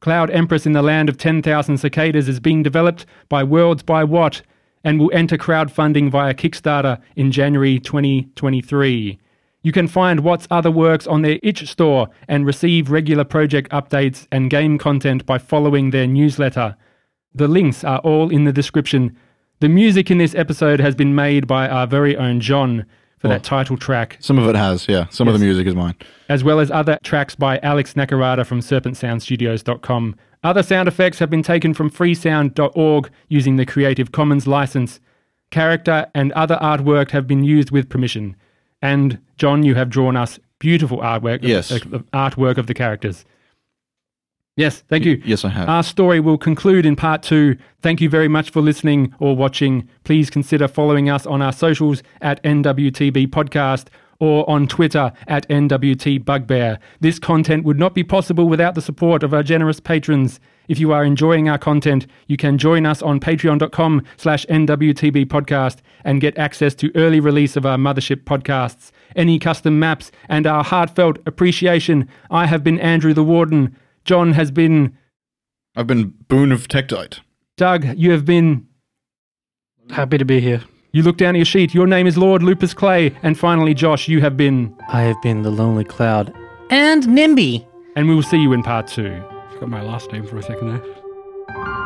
Cloud Empress in the Land of 10,000 Cicadas is being developed by Worlds by What and will enter crowdfunding via Kickstarter in January 2023. You can find What's Other Works on their itch store and receive regular project updates and game content by following their newsletter. The links are all in the description. The music in this episode has been made by our very own John for that title track, Some of it has, yeah. Some of the music is mine. as well as other tracks by Alex Nakarada from serpentsoundstudios.com. Other sound effects have been taken from freesound.org using the Creative Commons license. Character and other artwork have been used with permission. And John, you have drawn us beautiful artwork, Yes. uh, artwork of the characters. Yes, thank you. yes, I have. Our story will conclude in part two. Thank you very much for listening or watching. Please consider following us on our socials at NWTB Podcast or on Twitter at NWT Bugbear. This content would not be possible without the support of our generous patrons. If you are enjoying our content, you can join us on patreon.com slash NWTB podcast and get access to early release of our mothership podcasts, any custom maps, and our heartfelt appreciation. I have been Andrew the Warden. John has been I've been Boon of Tectite. Doug, you have been. Happy to be here. You look down at your sheet. Your name is Lord Lupus Clay. And finally, Josh, you have been. I have been the lonely cloud. And NIMBY. And we will see you in part two. Got my last name for a second there. Bye.